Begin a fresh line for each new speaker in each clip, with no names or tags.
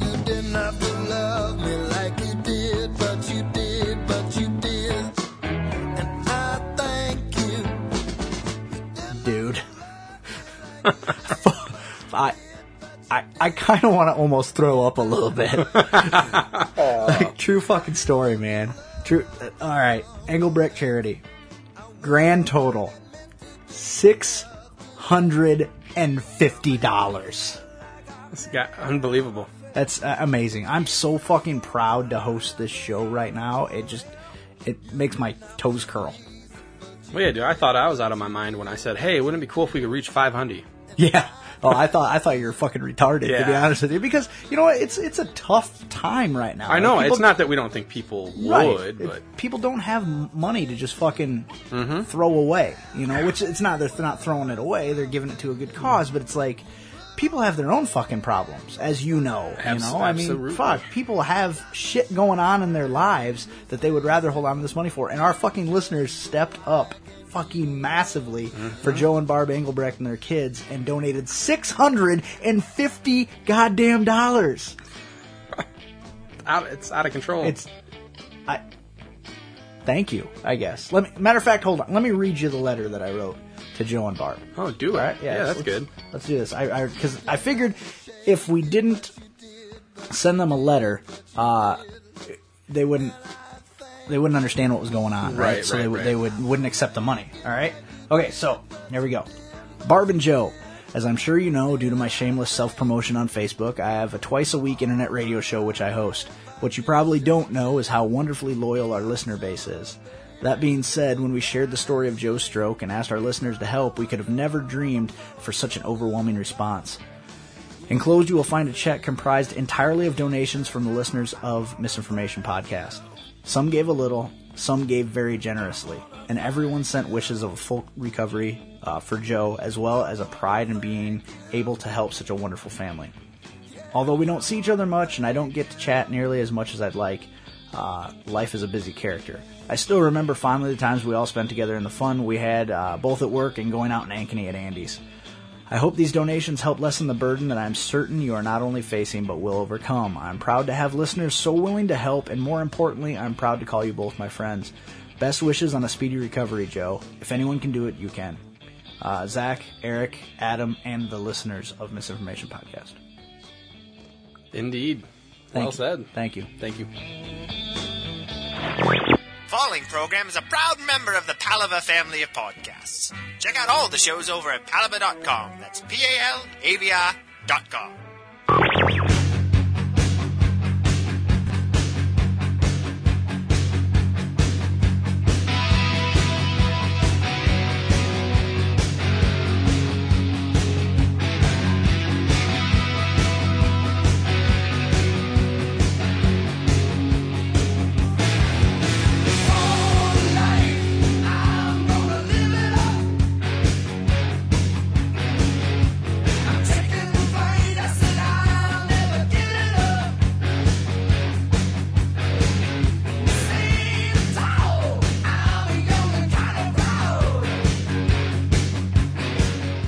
enough to love me like you did, but you did, but you did. And I thank you.
dude. I, I, I kind of want to almost throw up a little bit. like true fucking story, man. True. uh, All right, Engelbrecht charity. Grand total six hundred and fifty dollars.
This guy, unbelievable.
That's uh, amazing. I'm so fucking proud to host this show right now. It just it makes my toes curl.
Well, yeah, dude, I thought I was out of my mind when I said, hey, wouldn't it be cool if we could reach 500?
Yeah. Oh, I thought I thought you were fucking retarded to be
Yeah.
honest with you because you know what it's it's a tough time right now.
I know,
Like,
it's
Uh, people-
not that we don't think people
right.
would,
It-
but Mm-hmm.
people don't have m- money to just fucking throw away. You know, which it's not they're th- not throwing it away; they're giving it to a
Mm-hmm.
good cause. But it's like people have their own fucking problems, as you know.
Abs-
you know, I mean,
absolutely.
fuck, people have shit going on in their lives that they would rather hold on to this money for. And our fucking listeners stepped up. Fucking massively
Mm-hmm.
for Joe and Barb Engelbrecht and their kids, and donated six hundred and fifty goddamn dollars.
out, it's out of control.
It's I Thank you, I guess. Let me matter of fact, hold on. Let me read you the letter that I wrote to Joe and Barb.
oh, do it.
All right?
yeah,
let's-
that's
let's-
good.
Let's do this. I I cuz I figured if we didn't send them a letter, uh they wouldn't they wouldn't understand what was going on, right?
Right,
so they
right,
would
right.
they would wouldn't accept the money, all right? Okay, so here we go. Barb and Joe. As I'm sure you know, due to my shameless self promotion on Facebook, I have a twice a week internet radio show which I host. What you probably don't know is how wonderfully loyal our listener base is. That being said, when we shared the story of Joe's stroke and asked our listeners to help, we could have never dreamed for such an overwhelming response. Enclosed, you will find a check comprised entirely of donations from the listeners of Misinformation Podcast. Some gave a little, some gave very generously, and everyone sent wishes of a full recovery uh, for Joe, as well as a pride in being able to help such a wonderful family. Although we don't see each other much and I don't get to chat nearly as much as I'd like, uh, life is a busy character. I still remember fondly the times we all spent together and the fun we had uh, both at work and going out in Ankeny at Andy's. I hope these donations help lessen the burden that I'm certain you are not only facing but will overcome. I'm proud to have listeners so willing to help, and more importantly, I'm proud to call you both my friends. Best wishes on a speedy recovery, Joe. If anyone can do it, you can. Uh, Zach, Eric, Adam, and the listeners of Misinformation Podcast.
Indeed.
Thank
well
you.
said.
Thank you.
Thank you.
Falling Program is a proud member of the Palava family of podcasts. Check out all the shows over at palava.com. That's P A L A V I dot com.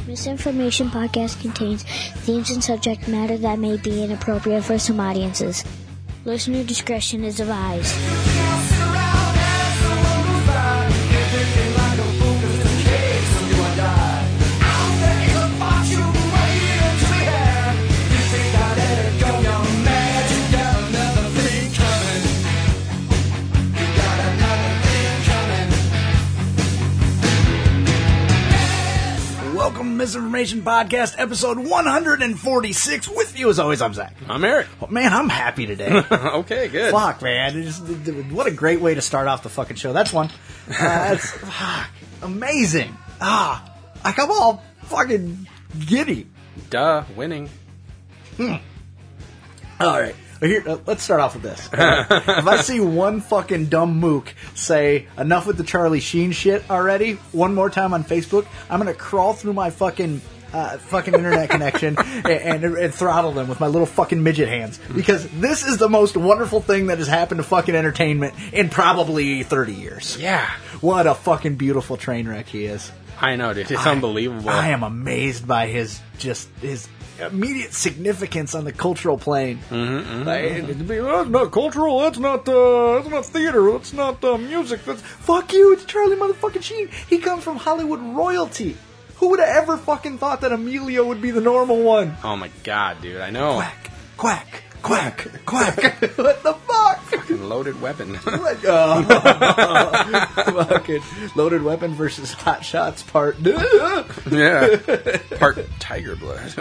Misinformation podcast contains themes and subject matter that may be inappropriate for some audiences. Listener discretion is advised.
Welcome to Misinformation Podcast, episode 146. With you, as always, I'm Zach.
I'm Eric.
Oh, man, I'm happy today.
okay, good.
Fuck, man. It's- what a great way to start off the fucking show. That's one. Uh, that's fuck, amazing. Ah, I come all fucking giddy.
Duh, winning.
Hmm. All right. Here, uh, let's start off with this. All right. if I see one fucking dumb mook say enough with the Charlie Sheen shit already, one more time on Facebook, I'm gonna crawl through my fucking uh, fucking internet connection and, and, and throttle them with my little fucking midget hands because this is the most wonderful thing that has happened to fucking entertainment in probably 30 years.
Yeah.
What a fucking beautiful train wreck he is.
I know, dude. It's unbelievable.
I am amazed by his just his immediate significance on the cultural plane. oh,
That's not cultural. That's not. Uh, that's not theater. That's not uh, music. That's
Fuck you, it's Charlie motherfucking Sheen. He comes from Hollywood royalty. Who would have ever fucking thought that Emilio would be the normal one?
Oh my god, dude. I know.
Quack, quack, quack, quack. what the fuck?
Fucking loaded weapon.
Like, oh, fucking loaded weapon versus hot shots part.
yeah. Part tiger blood.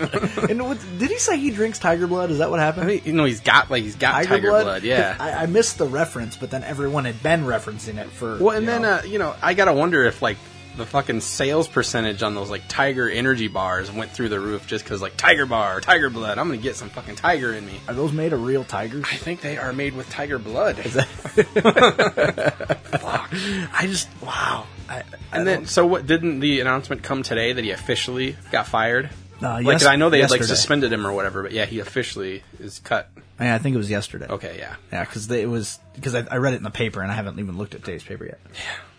and what, did he say he drinks tiger blood? Is that what happened?
I think you know he's got like he's got tiger, blood? yeah.
I, I missed the reference, but then everyone had been referencing it for.
well, and
you
then
know.
uh, you know I gotta wonder if like the fucking sales percentage on those like tiger energy bars went through the roof just because like tiger bar, tiger blood. I'm gonna get some fucking tiger in me.
are those made of real tigers?
I think they are made with tiger blood.
I just wow. I, I
and then so what? Didn't the announcement come today that he officially got fired?
Uh,
like
yes-
I know they had like
yesterday.
suspended him or whatever, but yeah, he officially is cut.
don't- I think it was yesterday.
Okay, yeah.
Yeah, because it was because I, I read it in the paper and I haven't even looked at today's paper yet.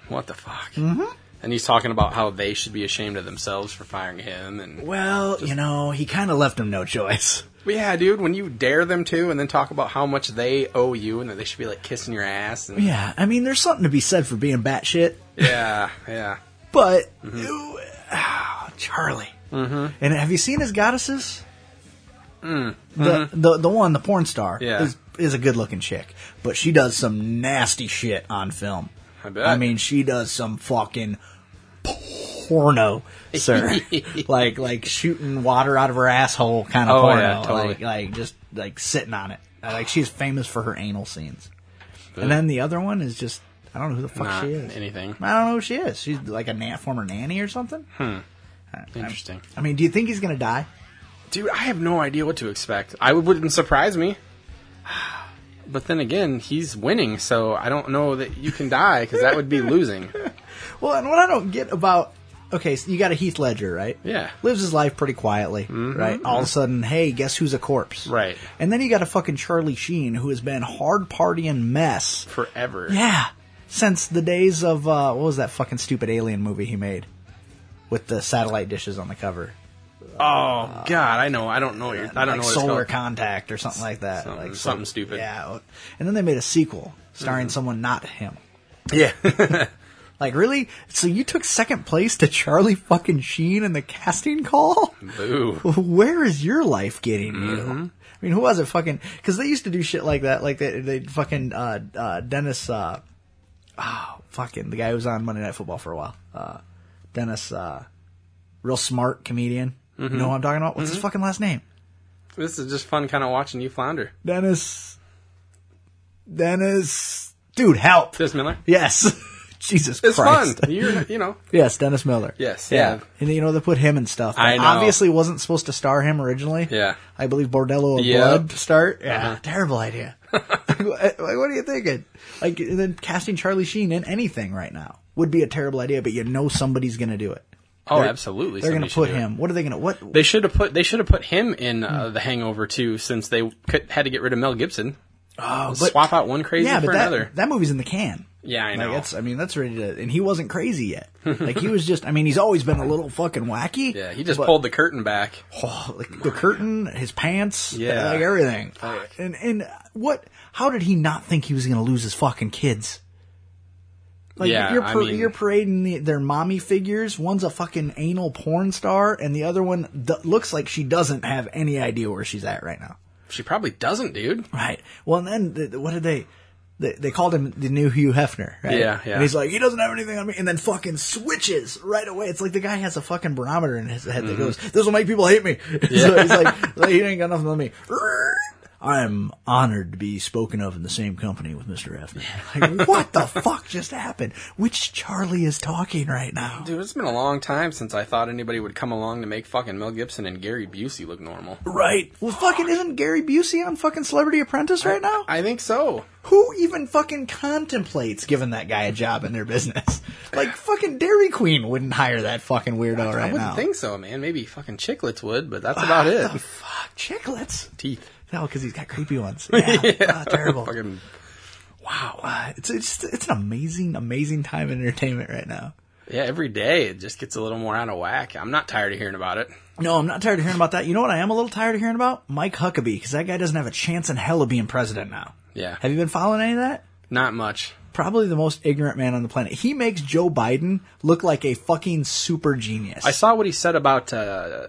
What the fuck? Mm-hmm. And he's talking about how they should be ashamed of themselves for firing him and
Well, you know, he kind of left him no choice.
But Yeah, dude, when you dare them to and then talk about how much they owe you and that they should be like kissing your ass and
Yeah, I mean, there's something to be said for being batshit,
yeah, yeah.
but
Mm-hmm.
Ew, ah, Charlie. Mm-hmm. And have you seen his goddesses? The, the the one the porn star
Mm-hmm. Yeah.
is is a good looking chick, but she does some nasty shit on film.
I bet.
I mean, she does some fucking porno, sir. like like shooting water out of her asshole kind of
Oh,
porno.
yeah, totally.
Like like just like sitting on it. Uh, Like she's famous for her anal scenes. And then the other one is just I don't know who the fuck
Not
she is.
anything.
I don't know who she is. She's like a na- former nanny or something.
Interesting.
I mean, do you think he's gonna die?
Dude, I have no idea what to expect. I would- wouldn't surprise me. But then again, he's winning, so I don't know that you can die because that would be losing.
Well, and what I don't get about okay, so you got a Heath Ledger, right?
Yeah. Mm-hmm.
lives his life pretty quietly, right? All of a sudden, hey, guess who's a corpse?
Right.
And then you got a fucking Charlie Sheen who has been hard partying mess.
Forever.
Yeah, since the days of uh, what was that fucking stupid alien movie he made with the satellite dishes on the cover?
Oh God, I know. I don't know. What you're, I don't
like
know what
Solar
it's called.
Contact or something like that.
Something-
like
something stupid. Mm-hmm.
Yeah. And then they made a sequel starring someone not him.
yeah.
Like really? So you took second place to Charlie fucking Sheen in the casting call?
Boo.
Where is your life getting you? I mean, who was it fucking? Because they used to do shit like that. Like they, they fucking uh, uh, Dennis. Uh, oh, fucking the guy who was on Monday Night Football for a while. Uh, Dennis, uh, real smart comedian. You know what I'm talking about? What's his fucking last name?
This is just fun, kind of watching you flounder.
Dennis. Dennis. Dude, help!
Dennis Miller.
Yes. Jesus
It's
Christ.
fun. You're, you know.
Yes, Dennis Miller.
Yes, yeah.
And you know they put him and stuff.
I
It
know.
Obviously wasn't supposed to star him originally.
Yeah.
I believe Bordello of
Yep. Uh-huh.
Blood to start. Yeah. Terrible idea. like, what what are you thinking? Like and then casting Charlie Sheen in anything right now would be a terrible idea, but you know somebody's going to do it.
Oh,
They're-
absolutely.
They're going
somebody
to
should
put
do it.
him. What are they going to what
They should have put they should have put him in
Hmm.
uh, the Hangover too, since they could, had to get rid of Mel Gibson.
Oh, but-
Swap out one crazy
Yeah,
for
but that,
another.
that movie's in the can.
Yeah, I
Like
know.
that's, I mean, that's ready to, and he wasn't crazy yet. Like he was just, I mean, he's always been a little fucking wacky.
yeah, he just
but-
pulled the curtain back.
Oh, like the curtain, his pants,
Yeah.
like everything. And and what? How did he not think he was going to lose his fucking kids? Like
Yeah,
you're
I
par-
mean-
you're parading the, their mommy figures. One's a fucking anal porn star, and the other one d- looks like she doesn't have any idea where she's at right now.
She probably doesn't, dude.
Right. Well, and then th- th- what did they? They, they called him the new Hugh Hefner, right?
Yeah, yeah.
And he's like, he doesn't have anything on me, and then fucking switches right away. It's like the guy has a fucking
Mm-hmm.
barometer in his head that goes, "This will make people hate me." so he's like, like, he ain't got nothing on me. I'm honored to be spoken of in the same company with Mr. Hefner. Like, what the fuck just happened? Which Charlie is talking right now?
Dude, it's been a long time since I thought anybody would come along to make fucking Mel Gibson and Gary Busey look normal.
Right. Well, fucking isn't Gary Busey on fucking Celebrity Apprentice right now?
I think so.
Who even fucking contemplates giving that guy a job in their business? Like fucking Dairy Queen wouldn't hire that fucking weirdo
I
right
wouldn't
now. Ah,
think so, man. Maybe fucking chiclets would, but that's about it.
The fuck, chiclets?
Teeth.
No, because he's got creepy ones. Yeah, Ah, terrible.
Fucking
Wow, uh, it's it's it's an amazing, amazing time in entertainment right now.
yeah, every day it just gets a little more out of whack. I'm not tired of hearing about it.
No, I'm not tired of hearing about that. You know what I am a little tired of hearing about? Mike Huckabee, because that guy doesn't have a chance in hell of being president now.
Yeah.
Have you been following any of that?
Not much.
Probably the most ignorant man on the planet. He makes Joe Biden look like a fucking super genius.
I saw what he said about uh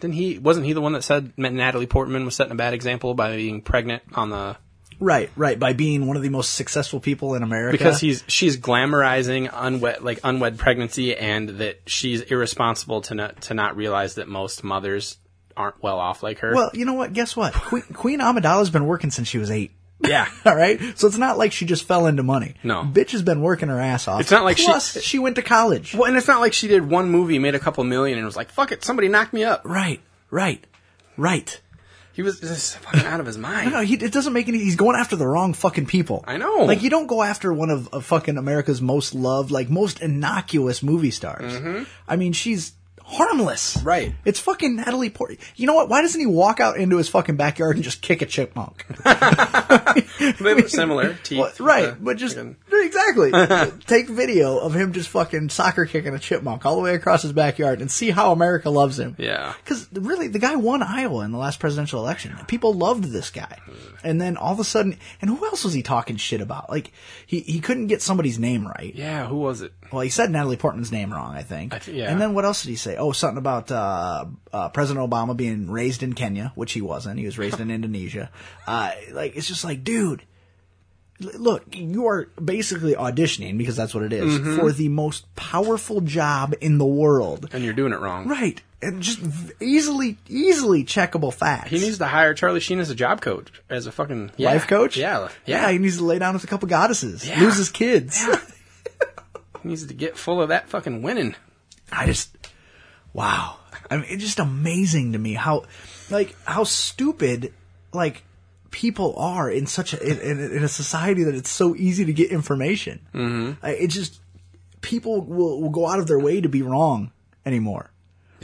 didn't he wasn't he the one that said Natalie Portman was setting a bad example by being pregnant on the
right, right. By being one of the most successful people in America.
because he's she's glamorizing unwed like unwed pregnancy and that she's irresponsible to not to not realize that most mothers aren't well off like her.
Well, you know what? Guess what? Queen, Queen Amidala's been working since she was eight.
yeah.
All right, so it's not like she just fell into money.
No.
bitch has been working her ass off.
It's not like she-
Plus, she went to college.
Well, and it's not like she did one movie, made a couple million, and was like, "Fuck it, somebody knocked me up."
Right, right, right.
He was just fucking out of his mind.
No, he, it doesn't make any. He's going after the wrong fucking people.
I know.
Like you don't go after one of, of fucking America's most loved, like most innocuous movie stars. I mean, she's harmless.
Mm-hmm. Right.
It's fucking Natalie Portman. You know what? Why doesn't he walk out into his fucking backyard and just kick a chipmunk?
They were similar teeth,
Well, right,
uh,
but just
fucking-
exactly take video of him just fucking soccer kicking a chipmunk all the way across his backyard and see how America loves him.
Yeah.
because really, the guy won Iowa in the last presidential election. People loved this guy, and then all of a sudden, and who else was he talking shit about? Like he he couldn't get somebody's name right.
yeah. Who was it?
Well, he said Natalie Portman's name wrong, I think.
I thi- yeah.
And then what else did he say? Oh, something about uh, uh, President Obama being raised in Kenya, which he wasn't. He was raised in Indonesia. Uh, like it's just like, dude, l- look, you are basically auditioning because that's what it is,
Mm-hmm.
for the most powerful job in the world,
And you're doing it wrong.
right? And just v- easily, easily checkable facts.
He needs to hire Charlie Sheen as a job coach, as a fucking yeah.
life coach.
Yeah,
yeah.
yeah.
He needs to lay down with a couple goddesses, lose his kids.
He needs to get full of that fucking winning.
I just, wow. I mean, it's just amazing to me how, like, how stupid, like, people are in such a, in, in, in a society that it's so easy to get information. Mm-hmm. Uh, it just, people will, will go out of their way to be wrong anymore.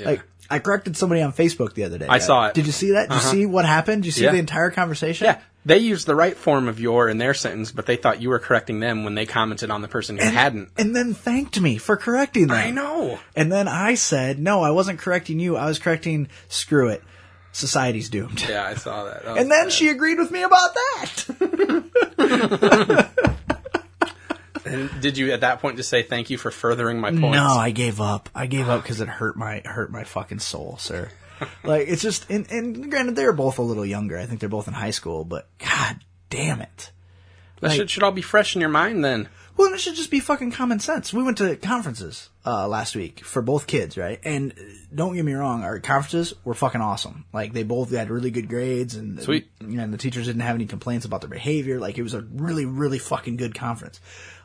Like, I corrected somebody on Facebook the other day.
I saw it. Uh-huh.
Did you see that? Did you see what happened? Did you see
Yeah.
the entire conversation?
Yeah, they used the right form of your in their sentence, but they thought you were correcting them when they commented on the person who hadn't.
And then thanked me for correcting them.
I know.
And then I said, no, I wasn't correcting you. I was correcting, screw it. Society's doomed.
Yeah, I saw that. That was
And then
bad.
she agreed with me about that.
And did you at that point just say thank you for furthering my point?
No, I gave up. I gave up because it hurt my hurt my fucking soul, sir. like it's just and, and granted they're both a little younger. I think they're both in high school, but god damn it.
That shit should all be fresh in your mind then.
Well, and it should just be fucking common sense. We went to conferences uh, last week for both kids, right? And uh, don't get me wrong, our conferences were fucking awesome. Like they both had really good grades, and
Sweet.
and the teachers didn't have any complaints about their behavior. Like it was a really, really fucking good conference.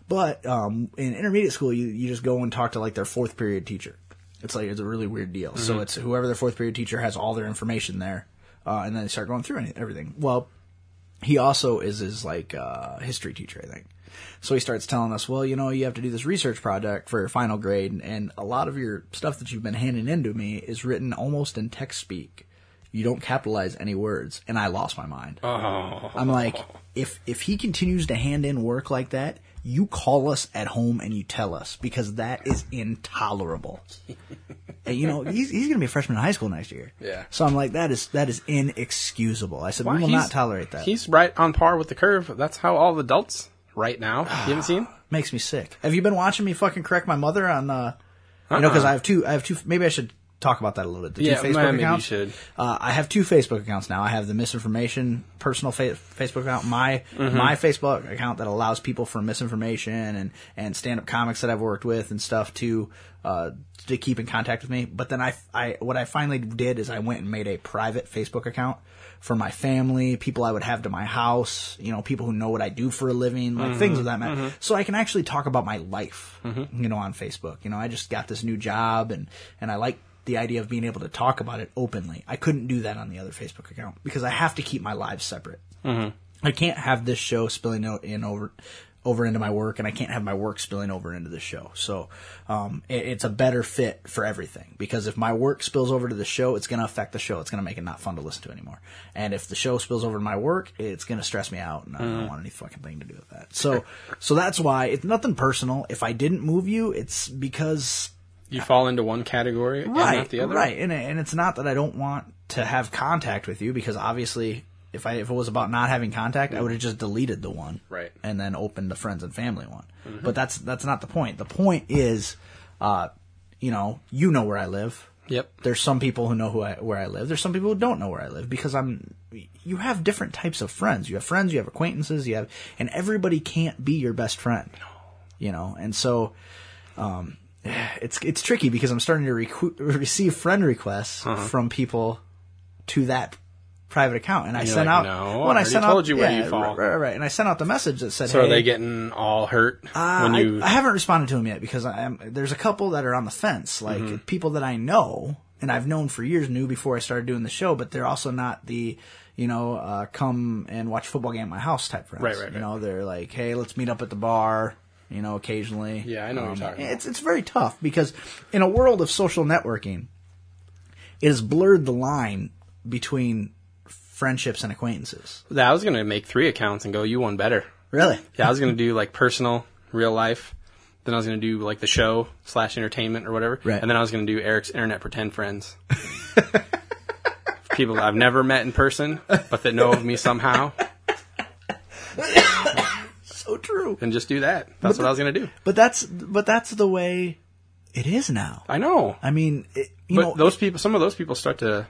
But um, in intermediate school, you you just go and talk to like their fourth period teacher. It's like it's a really weird deal. So it's whoever their fourth period teacher has all their information there, uh, and then they start going through any- everything. Well, he also is his like uh, history teacher, I think. So he starts telling us, well, you know, you have to do this research project for your final grade, and, and a lot of your stuff that you've been handing in to me is written almost in text speak. You don't capitalize any words, and I lost my mind.
Oh.
I'm like, if if he continues to hand in work like that, you call us at home and you tell us because that is intolerable. and you know, he's he's gonna be a freshman in high school next year.
Yeah.
So I'm like, that is that is inexcusable. I said, we will
He's-
not tolerate that.
He's right on par with the curve. That's how all the adults right now. You haven't seen?
makes me sick. Have you been watching me fucking correct my mother on? uh You know, because I have two. I have two. Maybe I should talk about that a little bit. The
Uh-uh. Yeah,
two Facebook
maybe you
accounts.
should.
Uh, I have two Facebook accounts now. I have the misinformation personal fa- Facebook account, my
Mm-hmm.
my Facebook account that allows people for misinformation and and stand up comics that I've worked with and stuff to uh, to keep in contact with me. But then I I what I finally did is I went and made a private Facebook account for my family, people I would have to my house, you know, people who know what I do for a living, like things of that matter. So I can actually talk about my life, you know, on Facebook. You know, I just got this new job and and I like the idea of being able to talk about it openly. I couldn't do that on the other Facebook account because I have to keep my lives separate. I can't have this show spilling out in over over into my work, and I can't have my work spilling over into the show. So um, it, it's a better fit for everything because if my work spills over to the show, it's going to affect the show. It's going to make it not fun to listen to anymore. And if the show spills over to my work, it's going to stress me out, and I don't want any fucking thing to do with that. So so that's why it's nothing personal. If I didn't move you, it's because
You fall into one category and
right,
not the other.
Right, and and it's not that I don't want to have contact with you because obviously, if I if it was about not having contact, I would have just deleted the one,
Mm-hmm. Right. Mm-hmm.
and then opened the friends and family one. But that's that's not the point. The point is, uh, you know, you know where I live.
Yep.
There's some people who know who I, where I live. There's some people who don't know where I live because I'm. You have different types of friends. You have friends. You have acquaintances. You have, and everybody can't be your best friend. You know, and so um, it's it's tricky because I'm starting to recu- receive friend requests
Uh-huh.
from people to that private account, and I
you're
sent
like,
out.
"No, I
when
already
sent
told
out,
you where
yeah,
you fall."
Right, right, right. and I sent out the message that said,
So
"Hey,
are they getting all hurt
uh,
when
I-
you?
I, haven't responded to them yet because I am, there's a couple that are on the fence, like
Mm-hmm.
people that I know and I've known for years, knew before I started doing the show, but they're also not the, you know, uh, come and watch football game at my house type friends.
Right, right,
You
right.
know, they're like, hey, let's meet up at the bar, you know, occasionally. Um,
Yeah, I know what you're talking about.
It's it's very tough because in a world of social networking, it has blurred the line between friendships and acquaintances.
I was gonna make three accounts and go. You one better.
Really?
Yeah, I was gonna do like personal, real life. Then I was gonna do like the show slash entertainment or whatever.
Right.
And then I was gonna do Eric's internet pretend friends. People that I've never met in person, but that know of me somehow,
So true.
and just do that. That's what I was gonna do.
But that's but that's the way it is now.
I know.
I mean, it, you
but
know,
those people, some of those people start to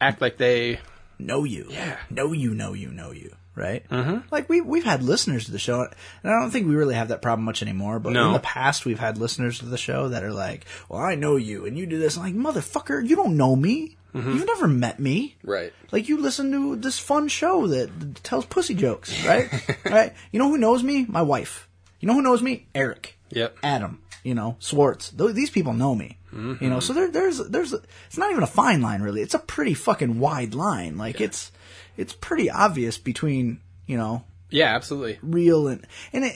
act like they.
know you, yeah, know you, know you, know you, right? Mm-hmm. Like we we've had listeners to the show, and I don't think we really have that problem much anymore. But
No.
in the past, we've had listeners to the show that are like, "Well, I know you, and you do this." I'm like, motherfucker, you don't know me. You've never met me.
Mm-hmm. Right.
Like you listen to this fun show that tells pussy jokes, right? right. You know who knows me? My wife. You know who knows me? Eric.
Yep.
Adam. You know Swartz. Th- these people know me. You know, so there, there's there's it's not even a fine line really. It's a pretty fucking wide line. Like it's it's pretty obvious between you know
Yeah, absolutely.
real and and it.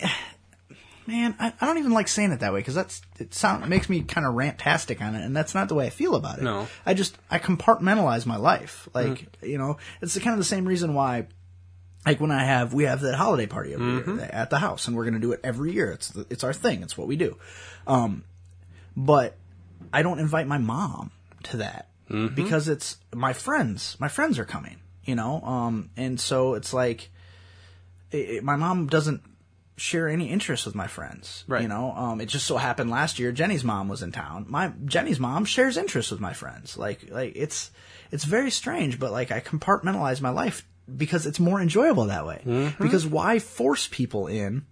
Man, I, I don't even like saying it that way because that's it sound it makes me kind of rantastic on it, and that's not the way I feel about it.
No.
I just I compartmentalize my life. Like you know, it's the, kind of the same reason why, like when I have we have that holiday party every year at the house, and we're gonna do it every year. It's the, it's our thing. It's what we do. Um, but I don't invite my mom to that because it's my friends. My friends are coming, you know. Um, and so it's like it, it- my mom doesn't share any interest with my friends.
Right.
You know, um, it just so happened last year Jenny's mom was in town. My Jenny's mom shares interest with my friends. Like like it's it's very strange, but like I compartmentalize my life because it's more enjoyable that way. Because why force people in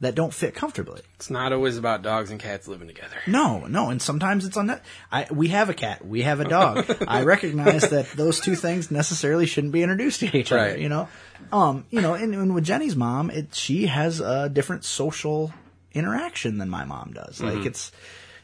that don't fit comfortably?
It's not always about dogs and cats living together.
No, no, and sometimes it's on that. I we have a cat, we have a dog. I recognize that those two things necessarily shouldn't be introduced to each other.
Right.
You know, um, you know, and, and with Jenny's mom, it she has a different social interaction than my mom does. Like
Mm-hmm.
it's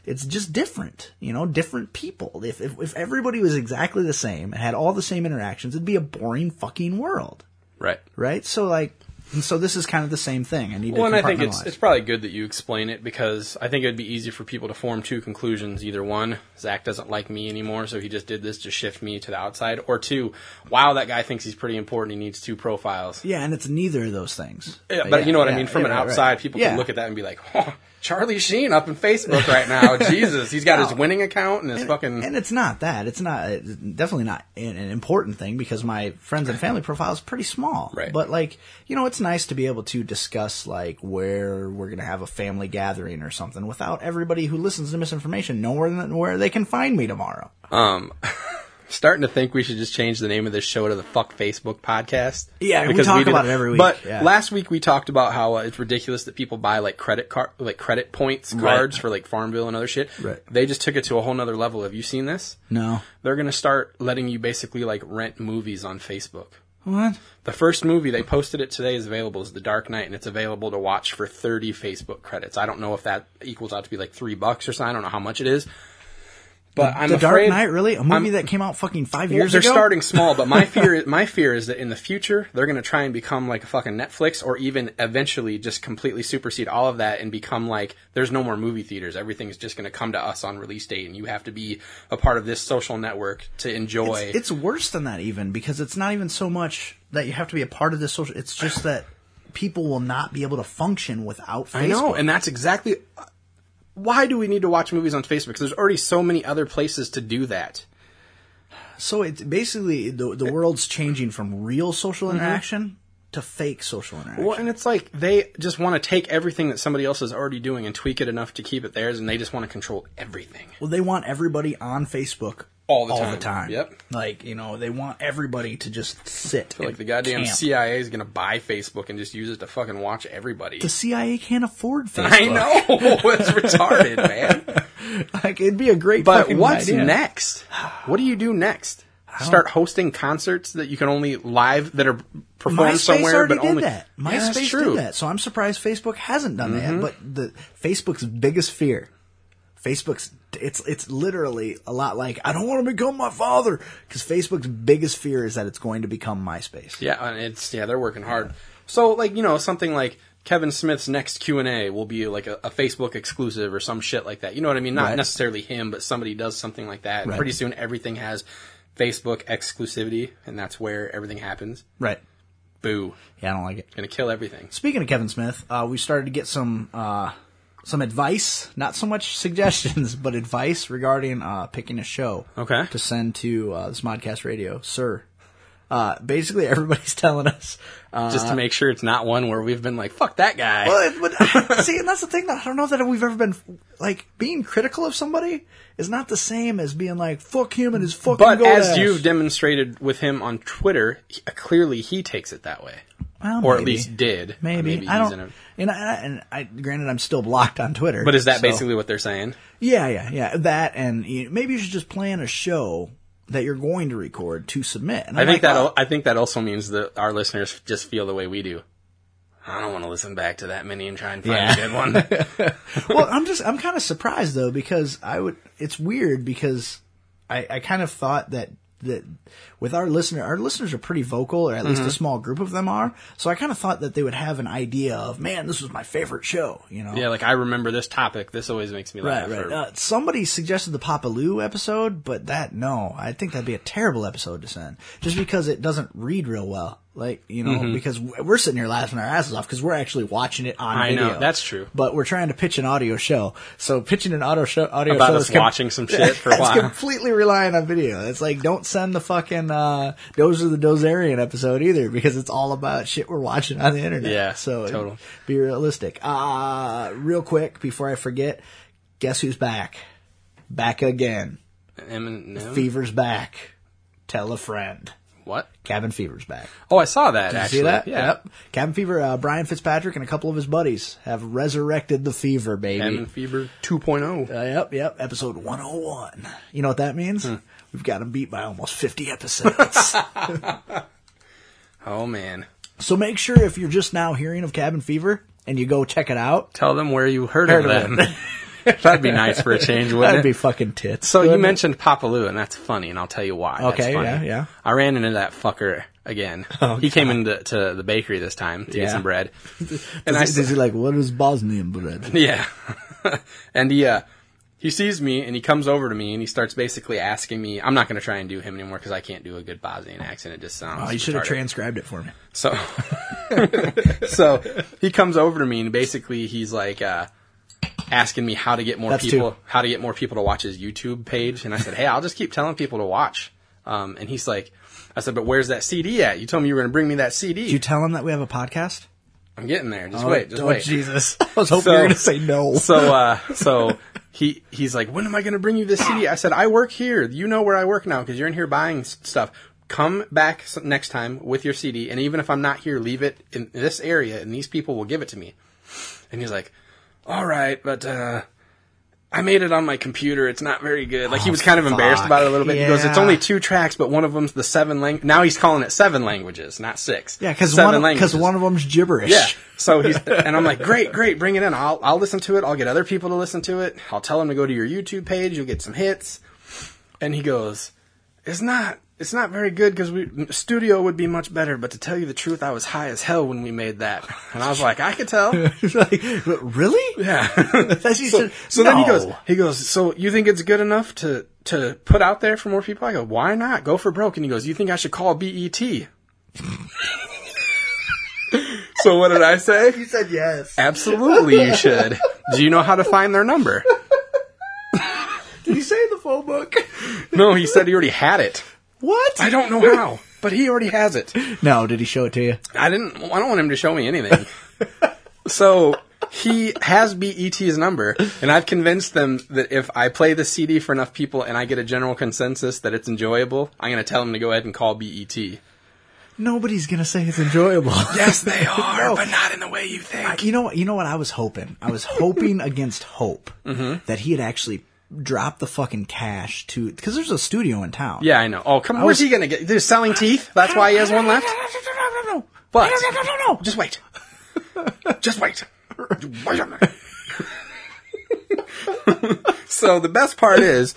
it's just different. You know, different people. If, if if everybody was exactly the same and had all the same interactions, it'd be a boring fucking world,
Right.
right? So like, and so this is kind of the same thing. I need
Well,
to.
and I think it's
compartmentalize.
it's probably good that you explain it because I think it would be easier for people to form two conclusions. Either one, Zach doesn't like me anymore, so he just did this to shift me to the outside, or two, wow, that guy thinks he's pretty important. He needs two profiles.
Yeah, and it's neither of those things.
Yeah, but you know what I
yeah,
mean. From
yeah,
an
right, right.
outside, people
Yeah.
can look at that and be like, "Huh, Charlie Sheen up in Facebook right now. Jesus, he's got his winning account and his fucking.
and it's not that. It's not it's definitely not an, an important thing because my friends and family profile is pretty small.
Right.
But like, you know, it's nice to be able to discuss like where we're gonna have a family gathering or something without everybody who listens to misinformation knowing where, where they can find me tomorrow.
um, starting to think we should just change the name of this show to the Fuck Facebook Podcast.
Yeah, we talk
do
about
that.
it every week,
But
yeah.
last week we talked about how uh, it's ridiculous that people buy like credit card, like credit points cards for like Farmville and other shit.
Right.
They just took it to a whole nother level. Have you seen this?
No.
They're gonna start letting you basically like rent movies on Facebook.
What?
The first movie they posted it today is available is The Dark Knight, and it's available to watch for thirty Facebook credits. I don't know if that equals out to be like three bucks or something. I don't know how much it is. But I'm
the
afraid
Dark Knight, really? A movie
I'm-
that came out fucking five years
they're
ago.
starting small, but my fear my fear is that in the future they're going to try and become like a fucking Netflix, or even eventually just completely supersede all of that and become like there's no more movie theaters. Everything's just going to come to us on release date, and you have to be a part of this social network to enjoy.
It's, it's worse than that even because it's not even so much that you have to be a part of this social. It's just that people will not be able to function without Facebook.
I know, and that's exactly why do we need to watch movies on Facebook? 'Cause there's already so many other places to do that.
So it's basically the the world's changing from real social interaction to fake social interaction.
Mm-hmm. Well, and it's like they just want to take everything that somebody else is already doing and tweak it enough to keep it theirs, and they just want to control everything.
Well, they want everybody on Facebook
All the time. Yep.
Like you know, they want everybody to just sit.
Like
and
the goddamn
camp.
CIA is gonna buy Facebook and just use it to fucking watch everybody.
The CIA can't afford Facebook.
I know it's retarded, man.
Like it'd be a great.
But
fucking
what's
idea.
next? What do you do next? Start hosting concerts that you can only live that are performed
MySpace
somewhere,
already
but
did
only
that.
Yeah, that's
MySpace
true. Mm-hmm.
did that. So I'm surprised Facebook hasn't done that. But the Facebook's biggest fear, Facebook's it's it's literally a lot like I don't want to become my father because Facebook's biggest fear is that it's going to become MySpace.
Yeah, and it's yeah, they're working hard. So like you know something like Kevin Smith's next Q and A will be like a, a Facebook exclusive or some shit like that. You know what I mean? Not
Right.
necessarily him, but somebody does something like that. And
Right.
Pretty soon everything has Facebook exclusivity, and that's where everything happens.
Right.
Boo!
Yeah, I don't like it.
Gonna kill everything.
Speaking of Kevin Smith, uh, we started to get some uh, some advice, not so much suggestions, but advice regarding uh, picking a show.
Okay.
To send to uh, this podcast radio, sir. Uh, basically, everybody's telling us uh,
Just to make sure it's not one where we've been like, "Fuck that guy."
Well, it would, see, and that's the thing that I don't know that we've ever been like being critical of somebody is not the same as being like fuck him and his fucking.
but
goat
as
ass."
you've demonstrated with him on Twitter, he- uh, clearly he takes it that way,
Well,
or at
maybe.
least did.
maybe, I don't. and, I, and I, granted, I'm still blocked on Twitter.
but is that
so-
basically what they're saying?
Yeah, yeah, yeah. That and you know, maybe you should just plan a show that you're going to record to submit. And
I
I'm
think
like,
that
oh,
al- I think that also means that our listeners just feel the way we do. I don't want to listen back to that many and try and find
Yeah.
a good one.
well, I'm just I'm kind of surprised though because I would. It's weird because I I kind of thought that that with our listener, our listeners are pretty vocal, or at least a small group of them are. So I kind of thought that they would have an idea of, man, this was my favorite show. You know.
yeah, like I remember this topic. This always makes me laugh.
Right, right.
or-
Uh, somebody suggested the Papa Lou episode, but that no, I think that'd be a terrible episode to send, just because it doesn't read real well. Like you know,
Mm-hmm.
because w- we're sitting here laughing our asses off because we're actually watching it on
I know,
video.
that's true.
But we're trying to pitch an audio show, so pitching an audio show, audio
About
show
us
is com-
watching some shit for a
that's
while.
completely relying on video. It's like don't send the fucking uh, Dozer the Dozerian episode either, because it's all about shit we're watching on the internet.
Yeah,
so
total.
it- be realistic. Uh real quick before I forget, guess who's back? Back again.
Eminem?
Fever's back. Tell a friend.
what?
Cabin Fever's back.
Oh, I saw that.
Did
actually.
you see that?
Yeah.
Yep. Cabin Fever, uh, Brian Fitzpatrick and a couple of his buddies have resurrected the fever, baby.
Cabin Fever oh. 2.0.
Uh, yep, yep. Episode 101. You know what that means?
Hmm.
We've got him beat by almost 50 episodes.
Oh man.
so make sure if you're just now hearing of Cabin Fever and you go check it out,
Tell them where you heard,
Heard
of
of
them. That'd be nice for a change, wouldn't
that'd
it?
be fucking tits.
so you
wouldn't it?
mentioned Papa Lou, and that's funny, and I'll tell you why. That's
Okay,
funny.
yeah, yeah.
I ran into that fucker again. he came into to the bakery this time to
Yeah.
get some bread, and
Does, he,
I
does
said,
he like, what is Bosnian bread?
"Yeah," and he uh, he sees me, and he comes over to me, and he starts basically asking me. I'm not going to try and do him anymore because I can't do a good Bosnian accent. It just sounds.
Oh, you should have
retarded.
transcribed it for me.
So, so he comes over to me and basically he's like, uh, asking me how to get more
That's
people
two.
how to get more people to watch his YouTube page, and I said, "Hey, I'll just keep telling people to watch." Um, and he's like, "I said, but where's that CD at? You told me you were going to bring me that CD.
Did you tell him that we have a podcast?
I'm getting there. Just wait. Just
oh,
wait."
Jesus. I was hoping
So-
you were going to say no.
So uh, so he he's like, when am I going to bring you this CD? I said, I work here. You know where I work now because you're in here buying s- stuff. Come back s- next time with your CD, and even if I'm not here, leave it in this area, and these people will give it to me. And he's like, all right, but. uh I made it on my computer. It's not very good. Like he was kind of embarrassed about it a little bit. He goes, "It's
Oh, Yeah.
only two tracks, but one of them's the seven lang." Now he's calling it seven languages, not six.
yeah, because
Seven
one, because
languages.
one of them's gibberish.
Yeah. So he's and I'm like, great, great, bring it in. I'll I'll listen to it. I'll get other people to listen to it. I'll tell them to go to your YouTube page. You'll get some hits. And he goes, it's not it's not very good because we studio would be much better. But to tell you the truth, I was high as hell when we made that. And I was like, I could tell.
like, really?
Yeah.
That's- he
so
said,
so then he
"No."
goes, he goes, so you think it's good enough to to put out there for more people? I go, why not? Go for broke. And he goes, you think I should call E BET? so what did I say?
You said yes.
Absolutely, you should. Do you know how to find their number?
Did you say in the phone book?
No, he said he already had it.
What?
I don't know how, but he already has it.
No, did he show it to you?
I didn't. I don't want him to show me anything. So he has BET's number, and I've convinced them that if I play the CD for enough people and I get a general consensus that it's enjoyable, I'm going to tell them to go ahead and call E BET.
Nobody's gonna say it's enjoyable.
Yes, they are, but not in the way you think.
you know what? You know what? I was hoping. I was hoping against hope
Mm-hmm.
that he had actually dropped the fucking cash to because there's a studio in town.
Yeah, I know. Oh, come on. Where's
was-
he going to get? They're selling teeth. That's why he has one left. But just wait. just wait. Wait a minute. so the best part is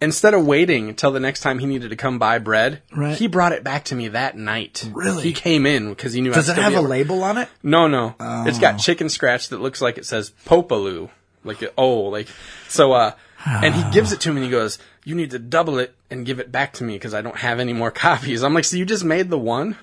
instead of waiting till the next time he needed to come buy bread,
Right.
he brought it back to me that night.
Really?
He came in because he knew
Does
I'd
it
still
have
be
a
at work.
label Oh. on it?
No, no. It's got chicken scratch that looks like it says Popaloo. Like, oh, like, so, uh, and he gives it to me and he goes, you need to double it and give it back to me because I don't have any more copies. I'm like, so you just made the one?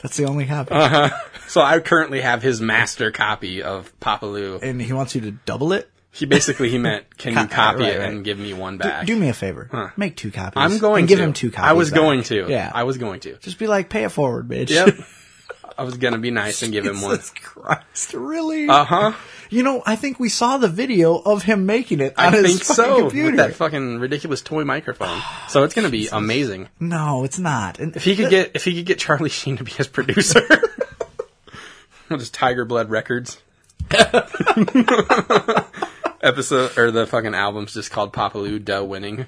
That's the only copy.
Uh-huh. So I currently have his master copy of Popaloo.
and he wants you to double it.
He basically, he meant, can you
Right,
copy it
right.
and give me one
Do,
back?
do me a favor. Make two copies.
I'm going
and give
to.
him two copies.
I was
back.
going to.
Yeah.
I was going to.
just be like, pay it forward, bitch.
Yep. I was going to be nice and give him one.
Jesus Christ, really?
Uh huh.
you know, I think we saw the video of him making it
I
on his
think
fucking
so.
computer.
With that fucking ridiculous toy microphone. So it's going to be amazing.
no, it's not. And
If he could get if he could get Charlie Sheen to be his producer. We'll just Tiger Blood Records. Episode or the fucking album's just called Papaloo Duh Winning.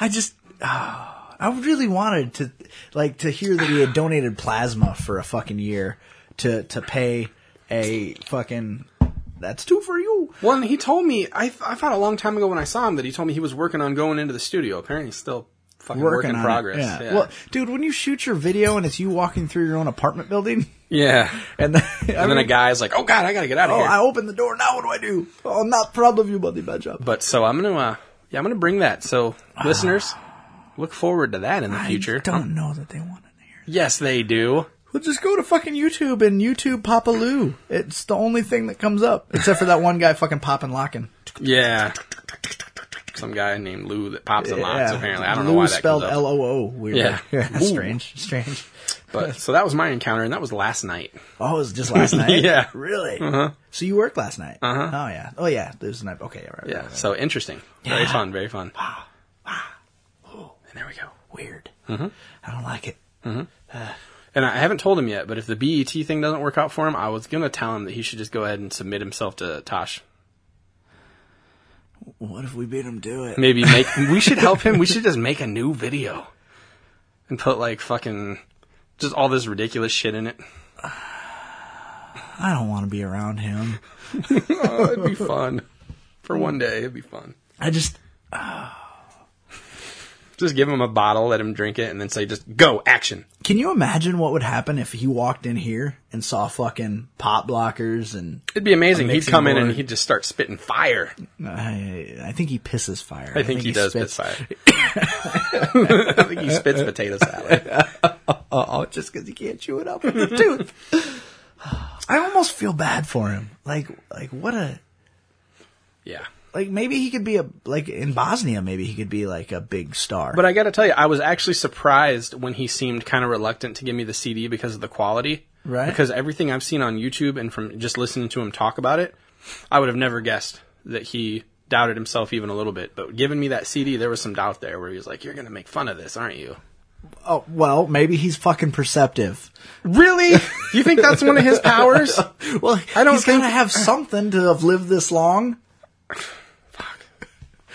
I just, ah, I really wanted to, like, to hear that he had donated plasma for a fucking year to to pay a fucking. That's two for you.
Well, and he told me I I found a long time ago when I saw him that he told me he was working on going into the studio. Apparently, he's still fucking work in
on it.
progress.
Yeah.
Yeah.
Well, dude, when you shoot your video and it's you walking through your own apartment building,
Yeah.
and then, I
And then a
mean,
guy's like, "Oh God, I gotta get out of
oh,
here."
I opened the door. Now what do I do? Oh, I'm not proud of you, buddy. Bad job.
but so I'm gonna uh, yeah I'm gonna bring that. So listeners, look forward to that in the future.
Ah. I don't know that they want to hear.
Yes, they do.
Well, just go to fucking YouTube and YouTube Papa Lou. It's the only thing that comes up, except for that one guy fucking popping locking.
Yeah. Some guy named Lou that pops in lots, apparently. I don't
Lou
know why that
spelled
spelled
L
comes up.
O O. Weird.
Yeah. Ooh.
strange. Strange.
But, so that was my encounter, and that was last night.
Oh, it was just last night.
Yeah. Uh-huh.
Really. So you worked last night. Uh huh. Oh yeah. Oh yeah. It was the night. Okay. all Right,
Yeah.
right, right.
So interesting. Very fun, very fun. And there we go.
Weird. Mm-hmm. I don't like it.
And I haven't told him yet, but if the BET thing doesn't work out for him, I was going to tell him that he should just go ahead and submit himself to Tosh.
What if we made him do it?
Maybe make. we should help him. We should just make a new video and put, like, fucking. Just all this ridiculous shit in it.
I don't want to be around him.
Oh, it'd be fun. For one day, it'd be fun.
I just.
Just give him a bottle, let him drink it, and then say, just go, action.
Can you imagine what would happen if he walked in here and saw fucking pop blockers and
It'd be amazing.
A
He'd
mixing
come in and
board.
he'd just start spitting fire.
I, I think he pisses fire.
I think he, does
spits-
spit fire. I think he spits potato salad.
Uh oh, just because he can't chew it up with the tooth. I almost feel bad for him. Like, like what a
Yeah.
like maybe he could be a like in Bosnia. Maybe he could be like a big star.
But I got to tell you, I was actually surprised when he seemed kind of reluctant to give me the CD because of the quality.
Right.
Because everything I've seen on YouTube and from just listening to him talk about it, I would have never guessed that he doubted himself even a little bit. But giving me that CD, there was some doubt there where he was like, "You're going to make fun of this, aren't you?"
oh well, maybe he's fucking perceptive.
Really? you think that's one of his powers?
Well,
I don't
He's going to
think-
have something to have lived this long.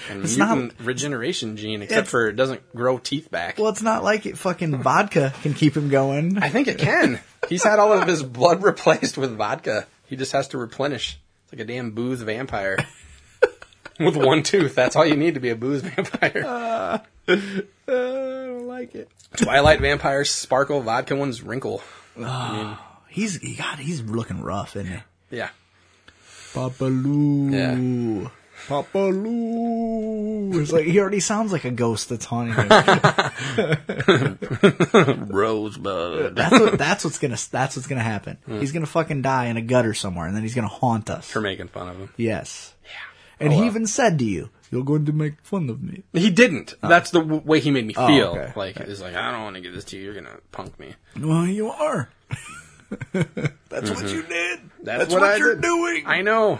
And
It's
mutant regeneration gene, except
It's-
for it doesn't grow teeth back.
Well, it's not like it fucking vodka can keep him going.
I think it can. He's had all of his blood replaced with vodka. He just has to replenish. It's like a damn booze vampire. with one tooth. That's all you need to be a booze vampire.
Uh, I don't like it.
Twilight vampires sparkle, vodka ones wrinkle.
He's he got he's looking rough, isn't he?
Yeah.
Papaloo.
Yeah.
Papaloo. It's like he already sounds like a ghost that's haunting him.
Rosebud.
That's what that's what's gonna that's what's gonna happen.
Hmm.
He's gonna fucking die in a gutter somewhere, and then he's gonna haunt us.
For making fun of him.
Yes. Yeah. And
Oh,
he even said to you, "You're going to make fun of me."
He didn't. That's the w- way he made me
Oh,
feel.
okay.
Like, it's like, I don't want to give this to you. You're going to punk me.
Well, you are. that's what you did.
Mm-hmm. That's, what, I
you're
did.
doing.
I know.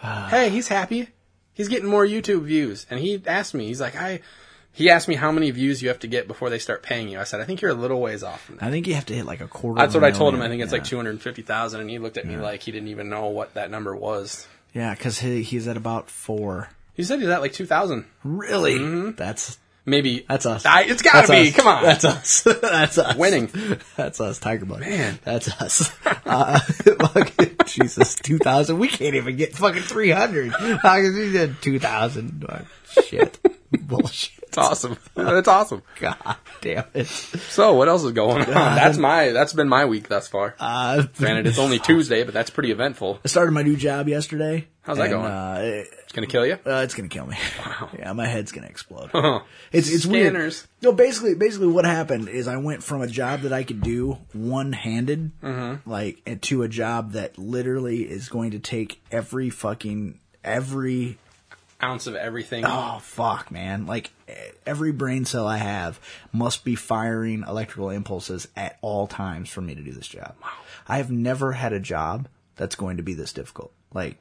hey, he's happy. He's getting more YouTube views. And he asked me, he's like, I, he asked me how many views you have to get before they start paying you. I said, I think you're a little ways off from that.
I think you have to hit like a quarter.
That's
of
what
a
I told him. I
million.
think it's
Oh, Yeah.
like 250,000. And he looked at me like he didn't even know what that number was.
Yeah, because he, he's at about four.
He said he's at like 2,000.
Really?
Mm-hmm.
That's
Maybe.
that's us.
I, it's gotta
That's
be.
us.
Come on.
That's us. that's us.
Winning.
That's us. Tiger Bug.
Man.
That's us. Uh, fucking Jesus, two thousand. We can't even get fucking three hundred. How can we get two thousand? Shit. Bullshit.
It's awesome. That's awesome.
God damn it.
So what else is going on? That's my, that's been my week thus far.
Uh,
Granted, it's only Tuesday, but that's pretty eventful.
I started my new job yesterday.
How's that
and,
going?
Uh, it-
It's gonna kill you.
uh, it's gonna kill me. Yeah, my head's gonna explode. It's it's
Scanners.
weird. No, basically, basically, what happened is I went from a job that I could do one handed, like, and to a job that literally is going to take every fucking every
Ounce of everything.
oh fuck man, like e- every brain cell I have must be firing electrical impulses at all times for me to do this job. I have never had a job that's going to be this difficult. Like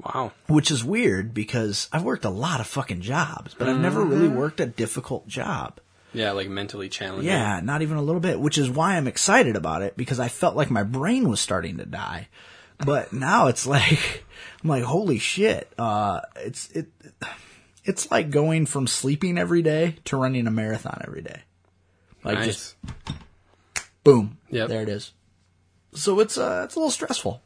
Wow.
which is weird because I've worked a lot of fucking jobs, but I've never
Mm-hmm.
really worked a difficult job.
Yeah, like mentally challenging.
Yeah, not even a little bit, which is why I'm excited about it because I felt like my brain was starting to die. But now it's like I'm like holy shit. Uh it's it it's like going from sleeping every day to running a marathon every day. Like
nice.
just boom. yeah,
Yep.
There it is. So it's uh it's a little stressful.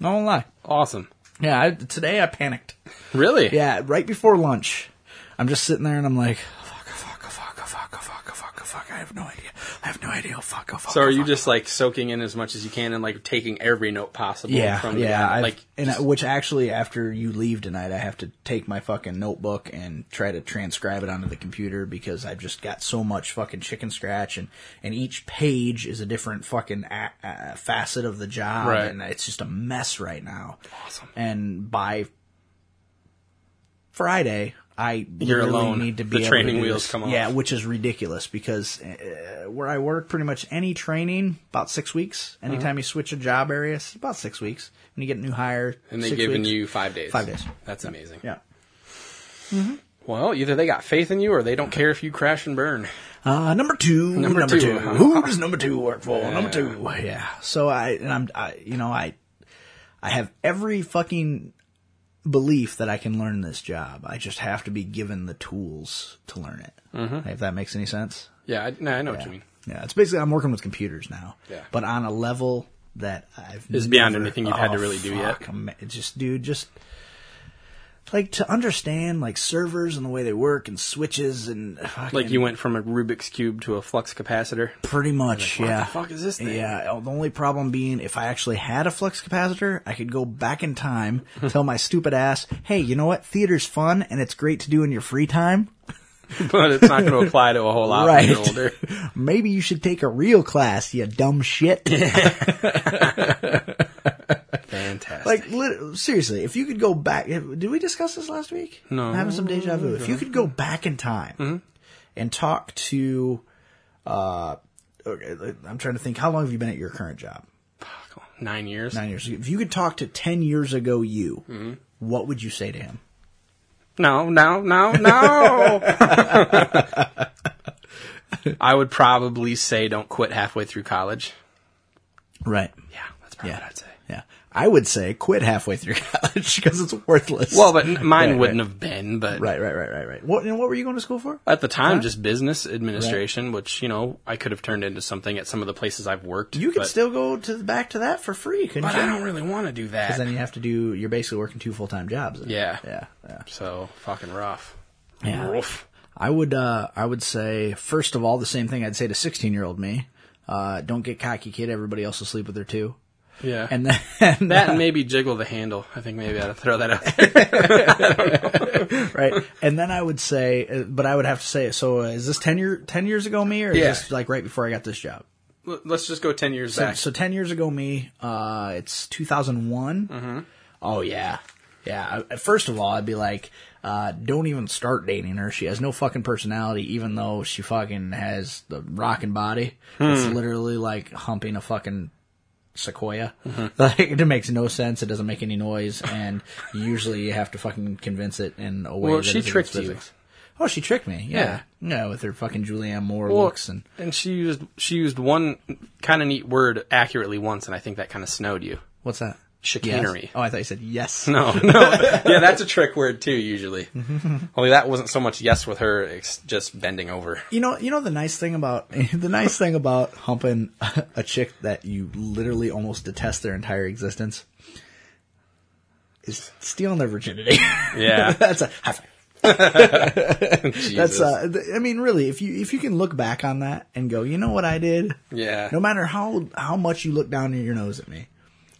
I won't lie.
awesome.
Yeah, I, today I panicked.
Really?
Yeah, right before lunch, I'm just sitting there and I'm like, "Oh, fuck, fuck, fuck, oh, fuck, fuck, fuck, fuck. I have no idea. I have no idea. Oh, Fuck, fuck.
So are you
fuck.
just like soaking in as much as you can and like taking every note possible?
Yeah,
From the
yeah.
guy?
I've-
like
and I, which actually, after you leave tonight, I have to take my fucking notebook and try to transcribe it onto the computer because I've just got so much fucking chicken scratch, and and each page is a different fucking a, uh facet of the job,
Right.
and it's just a mess right now.
Awesome.
And by Friday. I
You're
really
alone.
need to be
The
able to
training
do
wheels
this.
come off.
Yeah, which is ridiculous because uh, where I work, pretty much any training about six weeks. Anytime you switch a job area, it's about six weeks. When you get a new hire,
and they've
six
given
weeks.
you five days.
Five days.
That's amazing.
yeah.
Well, either they got faith in you or they don't care if you crash and burn.
Uh, number two,
Number
number,
two.
two. Who does number two work for? Number two. Yeah. So I and I'm I you know I I have every fucking belief that I can learn this job. I just have to be given the tools to learn it. If that makes any sense.
Yeah, I, no, I know what you mean.
Yeah, it's basically I'm working with computers now.
Yeah.
But on a level that I've
It's beyond
never- Oh,
anything you've had to really do yet.
fuck, I'm- it's just dude, just like to understand like servers and the way they work and switches and fucking-
Like you went from a Rubik's cube to a flux capacitor.
pretty much yeah.
the fuck is this thing?
Yeah, oh, the only problem being if I actually had a flux capacitor, I could go back in time, tell my stupid ass, "Hey, you know what? Theater's fun and it's great to do in your free time."
but it's not going to apply to a whole lot when you're
Right.
older.
Maybe you should take a real class, you dumb shit.
fantastic.
Like lit- seriously, if you could go back, did we discuss this last week?
No. Mm-hmm.
I'm having some deja vu. If you could go back in time and talk to, uh, okay, I'm trying to think, how long have you been at your current job?
nine years.
Nine years. If you could talk to ten years ago you,
Mm-hmm.
what would you say to him?
No, no, no, no. I would probably say don't quit halfway through college.
Right.
Yeah, that's probably
Yeah.
what I'd say.
Yeah. I would say quit halfway through college because it's worthless.
Well, but n- mine
Right,
wouldn't have been, but
Right, right, right, right, right. What and what were you going to school for?
at the time, just business administration, which, you know, I could have turned into something at some of the places I've worked.
You could
but,
still go to the, back to that for free, couldn't
But
you?
I don't really want to do that.
Because then you have to do. You're basically working two full time jobs. then.
Yeah.
yeah, yeah.
so, fucking rough.
Yeah.
Rough.
I would. Uh, I would say first of all the same thing I'd say to 16 year old me. Uh, don't get cocky, kid. Everybody else will sleep with their two.
Yeah.
And then and
that and maybe jiggle the handle. I think maybe I'd throw that out there.
right. And then I would say, uh, but I would have to say, so uh, is this 10 year 10 years ago me, or
Yeah.
is this like right before I got this job?
L- Let's just go 10 years
So,
back.
so 10 years ago me, uh, it's 2001. Mm-hmm. Oh yeah. Yeah. I- First of all, I'd be like, uh, don't even start dating her. She has no fucking personality, even though she fucking has the rocking body. It's
Hmm.
literally like humping a fucking sequoia.
Mm-hmm.
Like, it makes no sense. It doesn't make any noise. And usually you have to fucking convince it in a way
Well,
that
she
is against
tricked you.
physics. Oh, she tricked me. Yeah. Yeah. with her fucking Julianne Moore looks and
she used she used one kind of neat word accurately once, and I think that kind of snowed you.
what's that?
Chicanery.
Yes? Oh, I thought you said yes.
No, no, yeah, that's a trick word too. Usually, only that wasn't so much yes with her, it's just bending over.
You know, you know the nice thing about the nice thing about humping a chick that you literally almost detest their entire existence is stealing their virginity.
Yeah,
that's a high five.
Jesus.
That's uh, th- I mean, really, if you if you can look back on that and go, you know what I did?
yeah.
No matter how how much you look down your nose at me,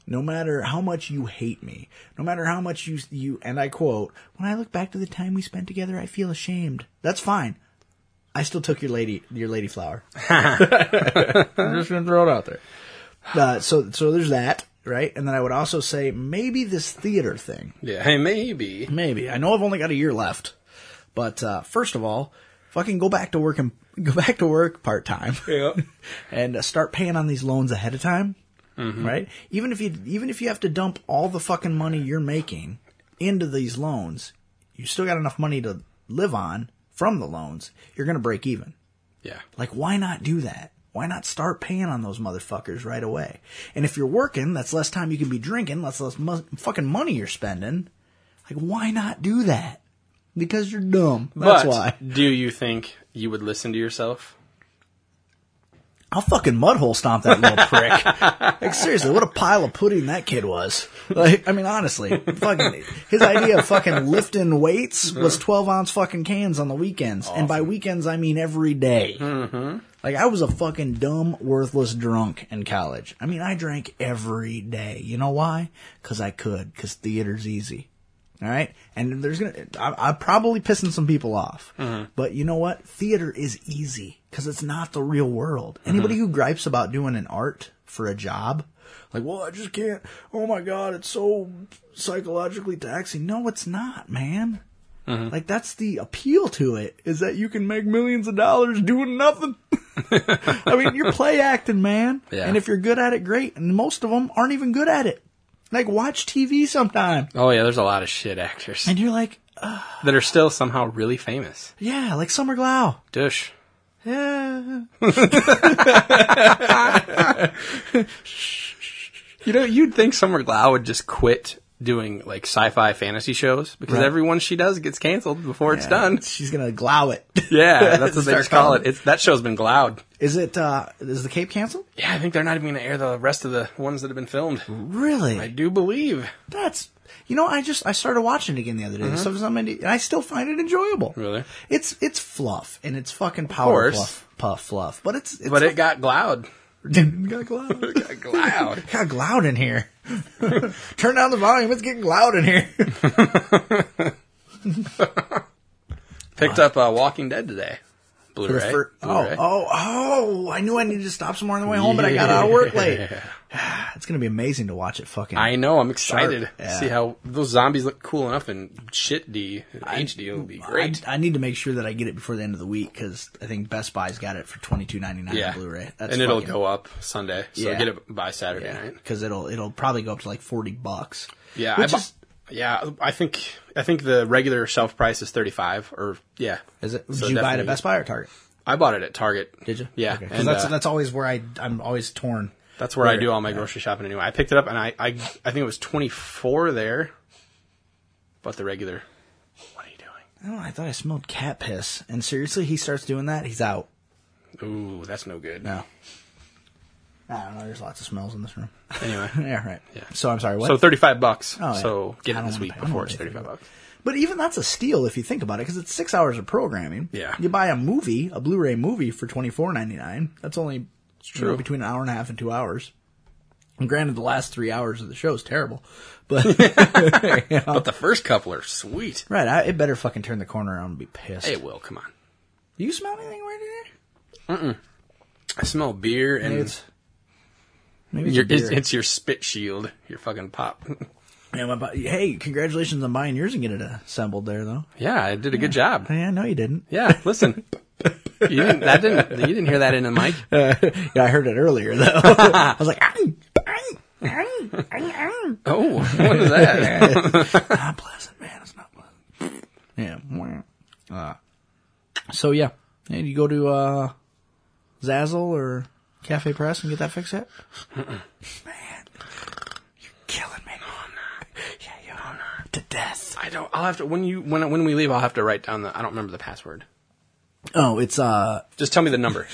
no matter how much you hate me, no matter how much you you and I quote, when I look back to the time we spent together, I feel ashamed. That's fine. I still took your lady your lady flower. I'm just gonna throw it out there. Uh, so so there's that right, and then I would also say maybe this theater thing.
yeah. Hey, maybe.
Maybe. I know I've only got a year left. But uh, first of all, fucking go back to work and go back to work part time
Yeah.
and uh, start paying on these loans ahead of time. Right? Even if you even if you have to dump all the fucking money you're making into these loans, you still got enough money to live on from the loans. You're going to break even.
Yeah.
Like, why not do that? Why not start paying on those motherfuckers right away? And if you're working, that's less time you can be drinking, that's less mu- fucking money you're spending. Like, why not do that? Because you're dumb. That's
but
why.
do you think you would listen to yourself?
I'll fucking mudhole stomp that little prick. Like, seriously, what a pile of pudding that kid was. Like, I mean, honestly, fucking, his idea of fucking lifting weights was 12 ounce fucking cans on the weekends. And by weekends, I mean every day. Like, I was a fucking dumb, worthless drunk in college. I mean, I drank every day. You know why? Cause I could. Cause theater's easy. All right, and there's gonna. I, I'm probably pissing some people off, but you know what? Theater is easy because it's not the real world. Anybody who gripes about doing an art for a job, like, well, I just can't. Oh my god, it's so psychologically taxing. No, it's not, man. Like that's the appeal to it is that you can make millions of dollars doing nothing. I mean, you're play acting, man.
Yeah.
And if you're good at it, great. And most of them aren't even good at it. Like watch TV sometime.
Oh yeah, there's a lot of shit actors
And you're like,
that are still somehow really famous.
yeah, like Summer Glau.
Dush.
Yeah.
You know, you'd think Summer Glau would just quit doing like sci-fi fantasy shows because
Right.
every one she does gets canceled before it's done.
She's gonna glow it.
Yeah, that's what they
Start
just call
calling
it. It's, that show's been glowed.
Is it? uh Is the Cape canceled?
Yeah, I think they're not even going to air the rest of the ones that have been filmed.
Really?
I do believe.
That's. You know, I just I started watching it again the other day. So some indie- and I still find it enjoyable.
Mm-hmm. Really?
It's it's fluff and it's fucking power
course.
puff puff fluff, but it's, it's
But it got glowed.
got glowed.
glowed.
got loud in here. Turn down the volume. It's getting loud in here.
Picked up uh, Walking Dead today.
For the
Blu-ray.
fir-
Blu-ray.
Oh, oh, oh! I knew I needed to stop somewhere on the way home, but I got out of work late. it's gonna be amazing to watch it. Fucking.
I know. I'm excited.
Sharp, yeah.
See how those zombies look cool enough in shit D, HD. It'll be great.
I, I need to make sure that I get it before the end of the week because I think Best Buy's got it for twenty two ninety nine
yeah,
on Blu-ray.
and it'll go up Sunday, so
Yeah.
get it by Saturday night.
because it'll it'll probably go up to like forty bucks.
Yeah,
Which
I bu-
is-
yeah. I think I think the regular shelf price is thirty five, or yeah.
Is it? Did
So
you buy it
definitely-
at Best Buy or Target?
I bought it at Target.
Did you?
Yeah,
because
and,
that's
uh,
that's always where I I'm always torn.
That's where I do all my grocery shopping anyway. I picked it up and I, I, I think it was 24 there, but the regular. What are you
I don't know, I thought I smelled cat piss, and seriously, he starts doing that, he's out.
doing? Ooh, that's no good.
No. I don't know. There's lots of smells in this room.
Anyway.
yeah, right. Yeah. So I'm sorry. What?
So 35 bucks.
Oh, yeah.
So get
I
it
don't
this
wanna
week
pay- I don't
before
wanna
it's
pay for
35
that.
bucks.
But even that's a steal if you think about it, because it's six hours of programming.
Yeah.
You buy a movie, a Blu-ray movie for twenty four ninety nine. That's only you know,
true.
between an hour and a half and two hours. And granted, the last three hours of the show is terrible, but
But the first couple are sweet.
right, I, it better fucking turn the corner around and be pissed.
Hey, Will, come on.
Do you smell anything weird in here?
I smell beer and
Maybe it's maybe it's,
your,
a
it's,
beer.
it's your spit shield, your fucking pop.
Yeah, my bu- hey, congratulations on buying yours and getting it assembled there though.
yeah, I did a good job.
Yeah, no, you didn't.
Yeah, listen. You didn't, that didn't, you didn't hear that in the mic.
Yeah, I heard it earlier though. I was like, "Ang, ang, ang, ang, ang."
Oh, what is that?
not pleasant, man. It's not pleasant. Yeah. wah. Uh, so yeah, and you go to uh, Zazzle or Cafe Press and get that fixed up. man, you're killing me. Yeah, you are to death.
I don't. I'll have to when you when when we leave. I'll have to write down the. I don't remember the password.
Oh, it's uh
Just tell me the number.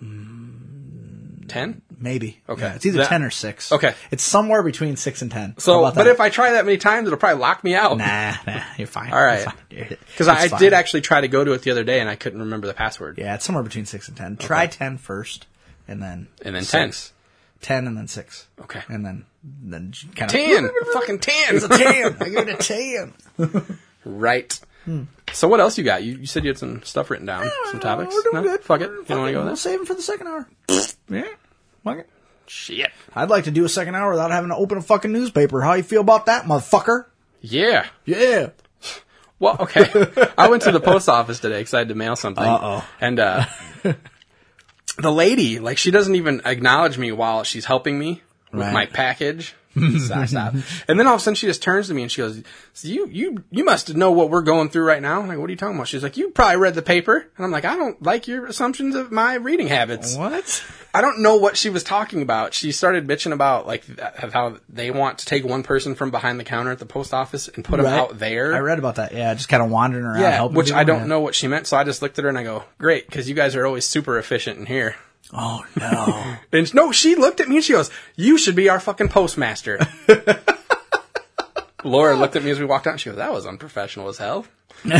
Ten.
maybe
Okay.
Yeah, it's either
That-
ten or six.
Okay.
it's somewhere between six and ten. How
So,
about
but
that?
if I try that many times, it'll probably lock me out.
Nah, nah, you're fine.
All right. Because
Because
I, I did actually try to go to it the other day and I couldn't remember the password.
Yeah, it's somewhere between six and ten. Try ten first, and then
And then ten.
six. ten, and then six.
Okay.
and then then kind of
Ten. Fucking ten.
Ten. I give it a ten.
Right.
Hmm.
So what else you got? You, you said you had some stuff written down, some topics.
We're doing
no?
good.
Fuck it. You
Fuck
don't want to go
We'll
there?
save them for the second hour. yeah. Fuck it.
Shit.
I'd like to do a second hour without having to open a fucking newspaper. How you feel about that, motherfucker?
Yeah.
Yeah.
Well, okay. I went to the post office today because I had to mail something.
Uh-oh.
And uh, the lady, like, she doesn't even acknowledge me while she's helping me with
Right.
my package. Stop, stop. And then all of a sudden, she just turns to me and she goes, so "You, you, you must know what we're going through right now." I'm like, "What are you talking about?" She's like, "You probably read the paper," and I'm like, "I don't like your assumptions of my reading habits."
What?
I don't know what she was talking about. She started bitching about like th- of how they want to take one person from behind the counter at the post office and put them
Right.
out there.
I read about that. Yeah, just kind of wandering around.
Yeah,
helping
which
people.
I don't
Yeah.
know what she meant, so I just looked at her and I go, "Great, because you guys are always super efficient in here."
Oh no.
And no, she looked at me and she goes, "You should be our fucking postmaster." Laura looked at me as we walked out and she goes, "That was unprofessional as hell." and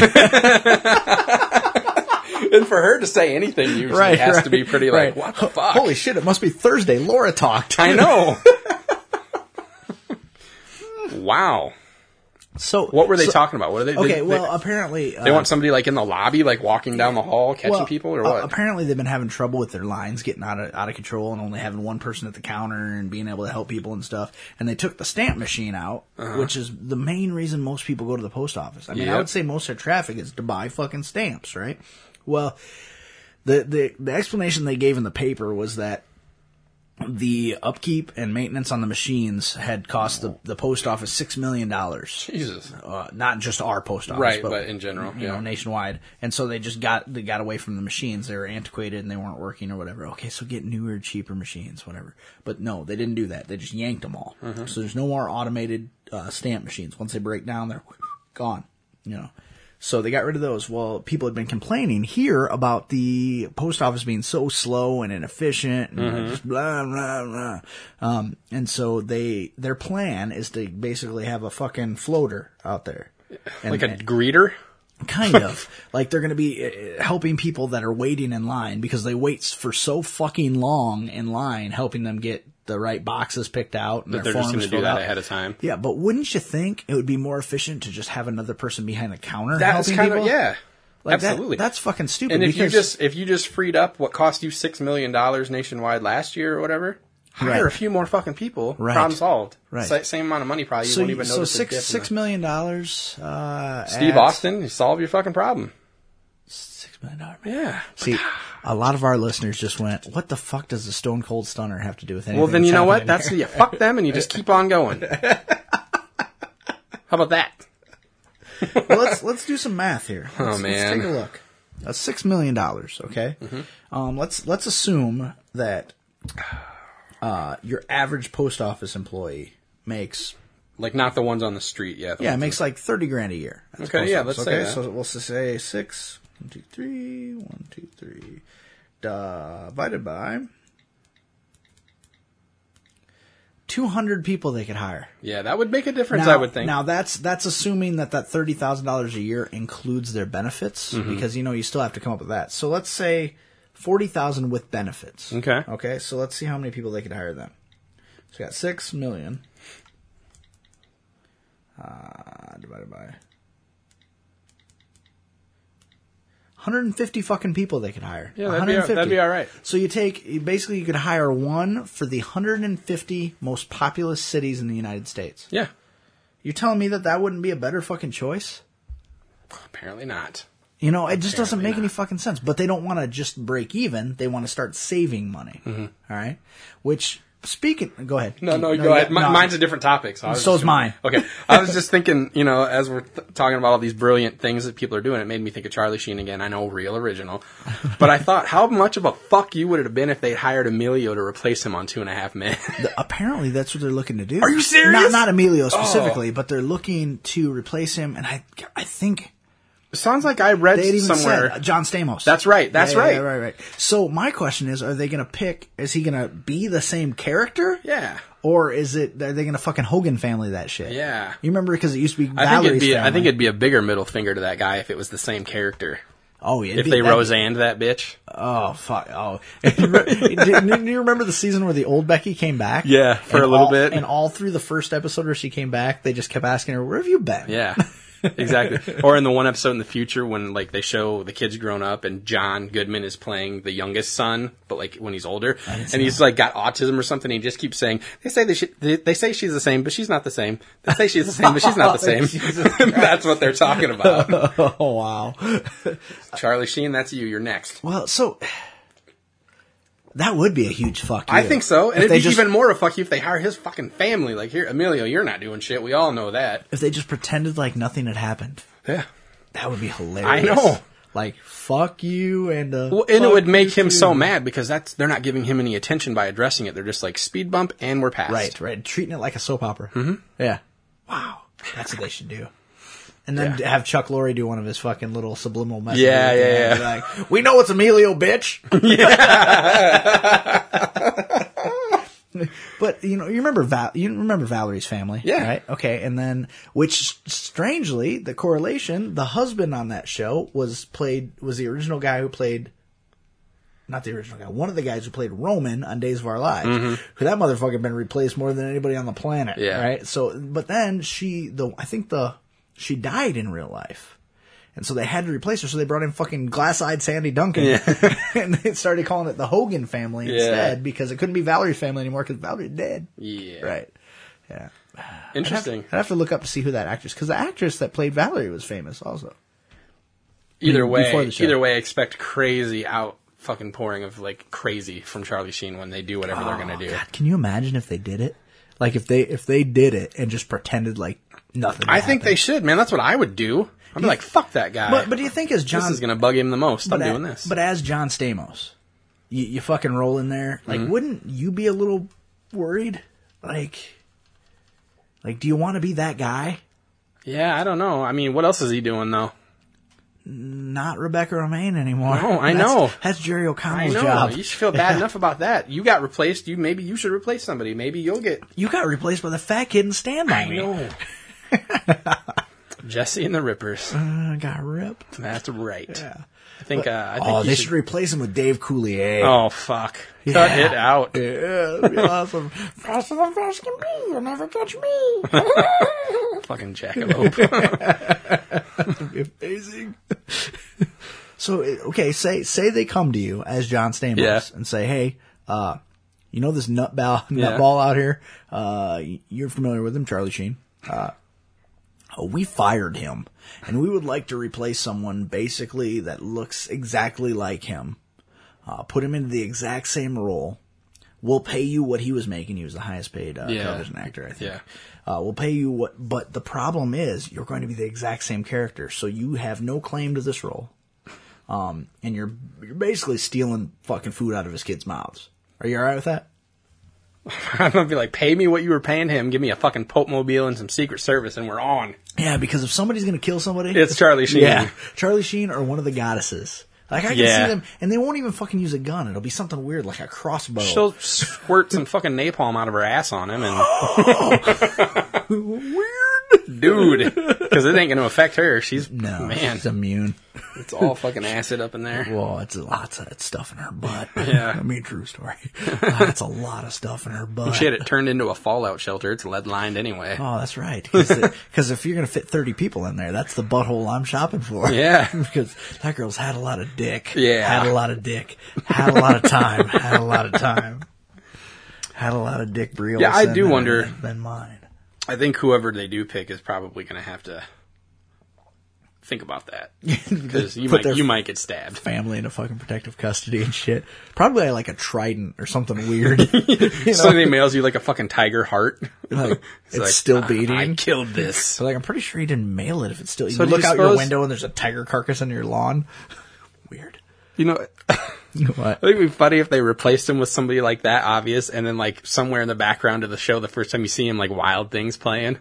for her to say anything usually has to be pretty
right.
like, "What the fuck?"
Holy shit! It must be Thursday. Laura talked.
I know. wow.
So
What were they talking about? What are they? they-
Okay,
they,
well, apparently uh,
they want somebody like in the lobby, like walking down the hall, catching
well,
people, or
uh,
what?
apparently, they've been having trouble with their lines getting out of out of control and only having one person at the counter and being able to help people and stuff. And they took the stamp machine out, which is the main reason most people go to the post office. I mean, I
Uh-huh. Yep.
would say most of their traffic is to buy fucking stamps, right? Well, the the the explanation they gave in the paper was that the upkeep and maintenance on the machines had cost the, the post office six million dollars.
Jesus.
Uh, not just our post office,
Right, but in general,
you know,
yeah.
nationwide. And so they just got they got away from the machines. They were antiquated and they weren't working or whatever. Okay, so get newer, cheaper machines, whatever. But no, they didn't do that. They just yanked them all.
Uh-huh.
So there's no more automated uh, stamp machines. Once they break down, they're gone. You know. So they got rid of those. Well, people had been complaining here about the post office being so slow and inefficient and
Uh-huh.
just blah blah blah. Um, and so they their plan is to basically have a fucking floater out there, And-
like a greeter.
kind of like they're going to be uh, helping people that are waiting in line because they wait for so fucking long in line helping them get the right boxes picked out and
That
their
they're just
forms
going to do
filled
that
out.
ahead of time.
yeah, but wouldn't you think it would be more efficient to just have another person behind the counter
That's
helping
kind
people?
of yeah.
Like that-
Absolutely.
that's fucking stupid.
And if you
because-
just if you just freed up what cost you six million dollars nationwide last year or whatever, hire
Right.
a few more fucking people.
Right.
Problem solved.
Right.
Sa- same amount of money probably. You
so,
won't
you-
even
so
notice. the dip
six
in
six
the-
million dollars. Uh,
Steve
at-
Austin, you solve your fucking problem.
Six million dollar man.
Yeah.
See, a lot of our listeners just went, "What the fuck does the Stone Cold Stunner have to do with anything?"
Well, then
that's
you know what?
happening
That's
here?"
you fuck them and you just keep on going. How about that?
well, let's let's do some math here. Let's, let's
Oh, man. Mm-hmm.
take a look. That's six million dollars. Okay, um, let's let's assume that uh, your average post office employee makes
Like not the ones on the street yet.
yeah makes like thirty grand a year. at the
Okay,
post
yeah,
office,
let's say that.
so we'll s- say six, one, two, three, one, two, three, divided by two hundred people they could hire.
Yeah, that would make a difference.
Now-
I would think.
Now that's that's assuming that that thirty thousand dollars a year includes their benefits
Mm-hmm.
because you know you still have to come up with that. So let's say forty thousand with benefits.
Okay.
Okay. So let's see how many people they could hire then. So we got six million uh, divided by. 150 fucking people they could hire.
Yeah, that'd be- that'd be all right.
So you take you- basically you could hire one for the 150 most populous cities in the United States.
yeah.
You're telling me that that wouldn't be a better fucking choice?
Apparently not.
You know, it just doesn't make any fucking sense. But they don't want to just break even. They want to start saving money. All right. Which, speaking, go ahead.
Mm-hmm. No, no, go ahead.
yeah,
Mi-
no.
mine's a different topic. So, I was
So
just
is
gonna-
mine.
Okay. I was just thinking, you know, as we're th- talking about all these brilliant things that people are doing, it made me think of Charlie Sheen again. I know, real original. But I thought, how much of a fuck you would it have been if they'd hired Emilio to replace him on Two and a Half Men?
Apparently, that's what they're looking to do.
Are you serious? Oh.
Not, not Emilio specifically, but they're looking to replace him. And I, I think
Sounds like I read
they had even
somewhere.
said uh, John Stamos.
That's right, that's
Yeah, yeah,
right.
yeah, right, right. So my question is: Are they going to pick? Is he going to be the same character?
yeah.
Or is it? Are they going to fucking Hogan family that shit?
Yeah.
You remember because it used to be
I
Valerie's
think it'd be
family.
I think it'd be a bigger middle finger to that guy if it was the same character.
Oh yeah. it'd
If
be-
they
that'd be-
Roseanne that bitch.
Oh fuck! Oh, do, do you remember the season where the old Becky came back?
Yeah, for
And
a little
all-
bit.
And all through the first episode where she came back, they just kept asking her, "Where have you been?"
Yeah. Exactly. or in the one episode in the future when like they show the kids grown up and John Goodman is playing the youngest son, but like when he's older and he's like got autism or something, and he just keeps saying, They say they sh- they, they say she's the same, but she's not the same. They say she's the same, but she's not the same. that's what they're talking about.
Oh wow.
Charlie Sheen, that's you, you're next.
Well, so that would be a huge fuck.
I
you.
think so.
If
And it'd
they
be
just,
even more of fuck you if they hire his fucking family. Like here, Emilio, you're not doing shit. We all know that.
if they just pretended like nothing had happened,
Yeah.
that would be hilarious.
I know.
Like fuck you and uh,
Well, and it
fuck
would make
you
him so
too.
mad because that's they're not giving him any attention by addressing it. They're just like speed bump and we're past.
Right, right. Treating it like a soap opera. Mm-hmm. Yeah. Wow. That's what they should do. And then have Chuck Lorre do one of his fucking little subliminal messages.
Yeah,
and
yeah,
then be
yeah.
Like, we know it's Emilio, bitch. but you know, you remember Val, you remember Valerie's family,
Yeah.
right? Okay, and then which strangely, the correlation, the husband on that show was played was the original guy who played not the original guy, one of the guys who played Roman on Days of Our Lives, who that motherfucker been replaced more than anybody on the planet.
Mm-hmm. Yeah.
Right. So, but then she, the I think the she died in real life. And so they had to replace her, so they brought in fucking glass-eyed Sandy Duncan, and they started calling it the Hogan family
Yeah.
instead because it couldn't be Valerie's family anymore because Valerie's dead.
Yeah.
Right.
Interesting.
I'd have to look up to see who that actress, because the actress that played Valerie was famous also.
Either
be-
way,
before the show.
either way, expect crazy out fucking pouring of like crazy from Charlie Sheen when they do whatever they're gonna do.
Oh, God, can you imagine if they did it? Like if they if they did it and just pretended like nothing.
I think they should, man. That's what I would do. I'd be like, fuck that guy.
But but do you think as
this
John
is gonna bug him the most. I'm
but a-
doing this.
But uh, as John Stamos, you, you fucking roll in there. Like,
Mm-hmm.
wouldn't you be a little worried? Like, like, do you want to be that guy?
yeah, I don't know. I mean, what else is he doing though?
Not Rebecca Romaine anymore.
No, I
That's-
know.
That's Jerry
I
O'Connell's
know.
job.
You should feel bad enough about that. You got replaced. You maybe you should replace somebody. Maybe you'll get
You got replaced by the fat kid in Stand By Me.
No. Jesse and the Rippers.
Uh, got ripped.
That's right.
Yeah.
I think. Uh, I think
Oh,
you
they should replace him with Dave Coulier.
Oh fuck! Cut it out.
Yeah, that'd be awesome.
Faster than fast can be. You'll never catch me.
Fucking jackalope.
Amazing. so it- okay, say say they come to you as John Stamos
Yeah.
and say, "Hey, uh, you know this nutball
Yeah.
nutball out here? Uh, y- you're familiar with him, Charlie Sheen. Uh, we fired him, and we would like to replace someone basically that looks exactly like him. Uh, put him into the exact same role." We'll pay you what he was making. He was the highest paid uh,
Yeah.
television actor, I think.
yeah.
Uh, we'll pay you what, but the problem is you're going to be the exact same character, so you have no claim to this role. Um, and you're you're basically stealing fucking food out of his kids' mouths. Are you all right with that?
I'm gonna be like, pay me what you were paying him. Give me a fucking Pope mobile and some Secret Service, and we're on.
Yeah, because if somebody's going to kill somebody,
It's Charlie Sheen.
yeah, Charlie Sheen or one of the goddesses. Like I can
Yeah.
see them, and they won't even fucking use a gun. It'll be something weird like a crossbow.
She'll squirt some fucking napalm out of her ass on him, and
weird.
dude, because it ain't gonna affect her. She's
No,
man,
she's immune.
it's all fucking acid up in there.
Well, it's lots of stuff in her butt.
Yeah.
I mean, true story. That's a lot of stuff in her butt.
Shit, it turned into a fallout shelter. It's lead lined anyway.
Oh, that's right. Because if you're going to fit 30 people in there, that's the butthole I'm shopping for.
Yeah.
because that girl's had a lot of dick.
Yeah.
Had a lot of dick. Had a lot of time. had a lot of time. Had a lot of dick Briel.
Yeah, I do wonder-
Than mine.
I think whoever they do pick is probably gonna have to think about that because you
Put
might
their-
you might get stabbed.
Family in a fucking protective custody and shit. Probably like a trident or something weird. You
So
know?
they mails you like a fucking tiger heart.
like, it's
like,
still
I
beating.
killed this.
So like, I'm pretty sure he didn't mail it. If it's still,
So
you
do
look
you
out your
suppose-
window and there's a tiger carcass on your lawn. Weird.
You know,
What?
I think it'd be funny if they replaced him with somebody like that, obvious, and then like somewhere in the background of the show, the first time you see him, like Wild Things playing.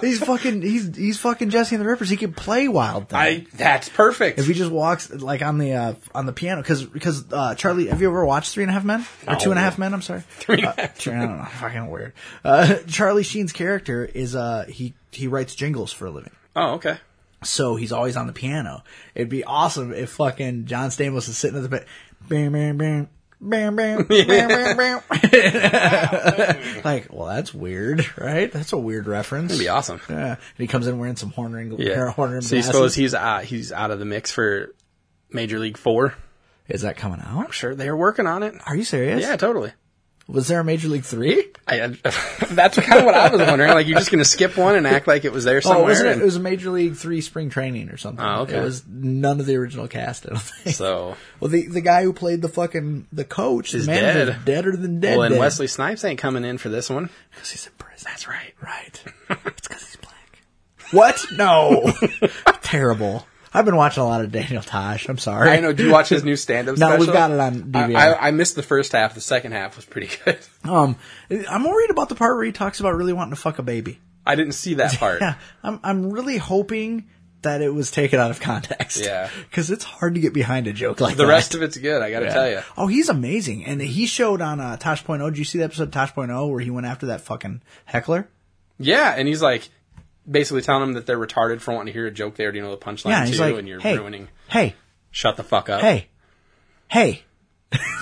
He's fucking. He's he's fucking Jesse and the Rippers. He can play Wild Thing.
I that's perfect.
if he just walks like on the uh, on the piano, because because uh, Charlie, have you ever watched Three and a Half Men or Two and a Half Men? I'm sorry, Uh, Three and a Half. I don't know, fucking weird. Uh, Charlie Sheen's character is uh he he writes jingles for a living,
oh, okay.
so he's always on the piano. It'd be awesome if fucking John Stamos is sitting at the bit, bam bam bam. Bam, bam, bam, bam, bam. like, well, that's weird, right? That's a weird reference.
That'd be awesome.
Yeah. And he comes in wearing some horn ring,
Yeah.
horn rim
so you
glasses.
suppose he's out, he's out of the mix for Major League Four?
Is that coming out?
Sure, they're working on it.
Are you serious?
Yeah, totally.
Was there a Major League Three?
I, I- that's kind of what I was wondering. Like, you're just going to skip one and act like it was there somewhere.
oh, wasn't it?
and-
It was a Major League Three spring training or something.
Oh, okay.
It was none of the original cast. I don't think.
so,
well, the the guy who played the fucking the coach,
Is
the manager,
dead.
is deader than dead.
well, and
dead.
Wesley Snipes ain't coming in for this one.
'Cause he's in prison.
That's right.
Right. it's because he's black. What? No. Terrible. I've been watching a lot of Daniel Tosh. I'm sorry.
I know. Do you watch his new stand-up
No,
special?
we've got it on
I,
DVR.
I, I missed the first half. The second half was pretty good.
Um, I'm worried about the part where he talks about really wanting to fuck a baby.
I didn't see that part.
Yeah, I'm I'm really hoping that it was taken out of context.
Yeah.
because it's hard to get behind a joke like
The
that.
rest of it's good. I got to tell you.
Oh, he's amazing, and he showed on uh, Tosh.0. Did you see the episode of Tosh.0 where he went after that fucking heckler?
Yeah, and he's like basically telling them that they're retarded for wanting to hear a joke they already know the punchline
Yeah,
too,
he's like,
and you're
hey,
ruining.
hey,
Shut the fuck up.
hey, hey.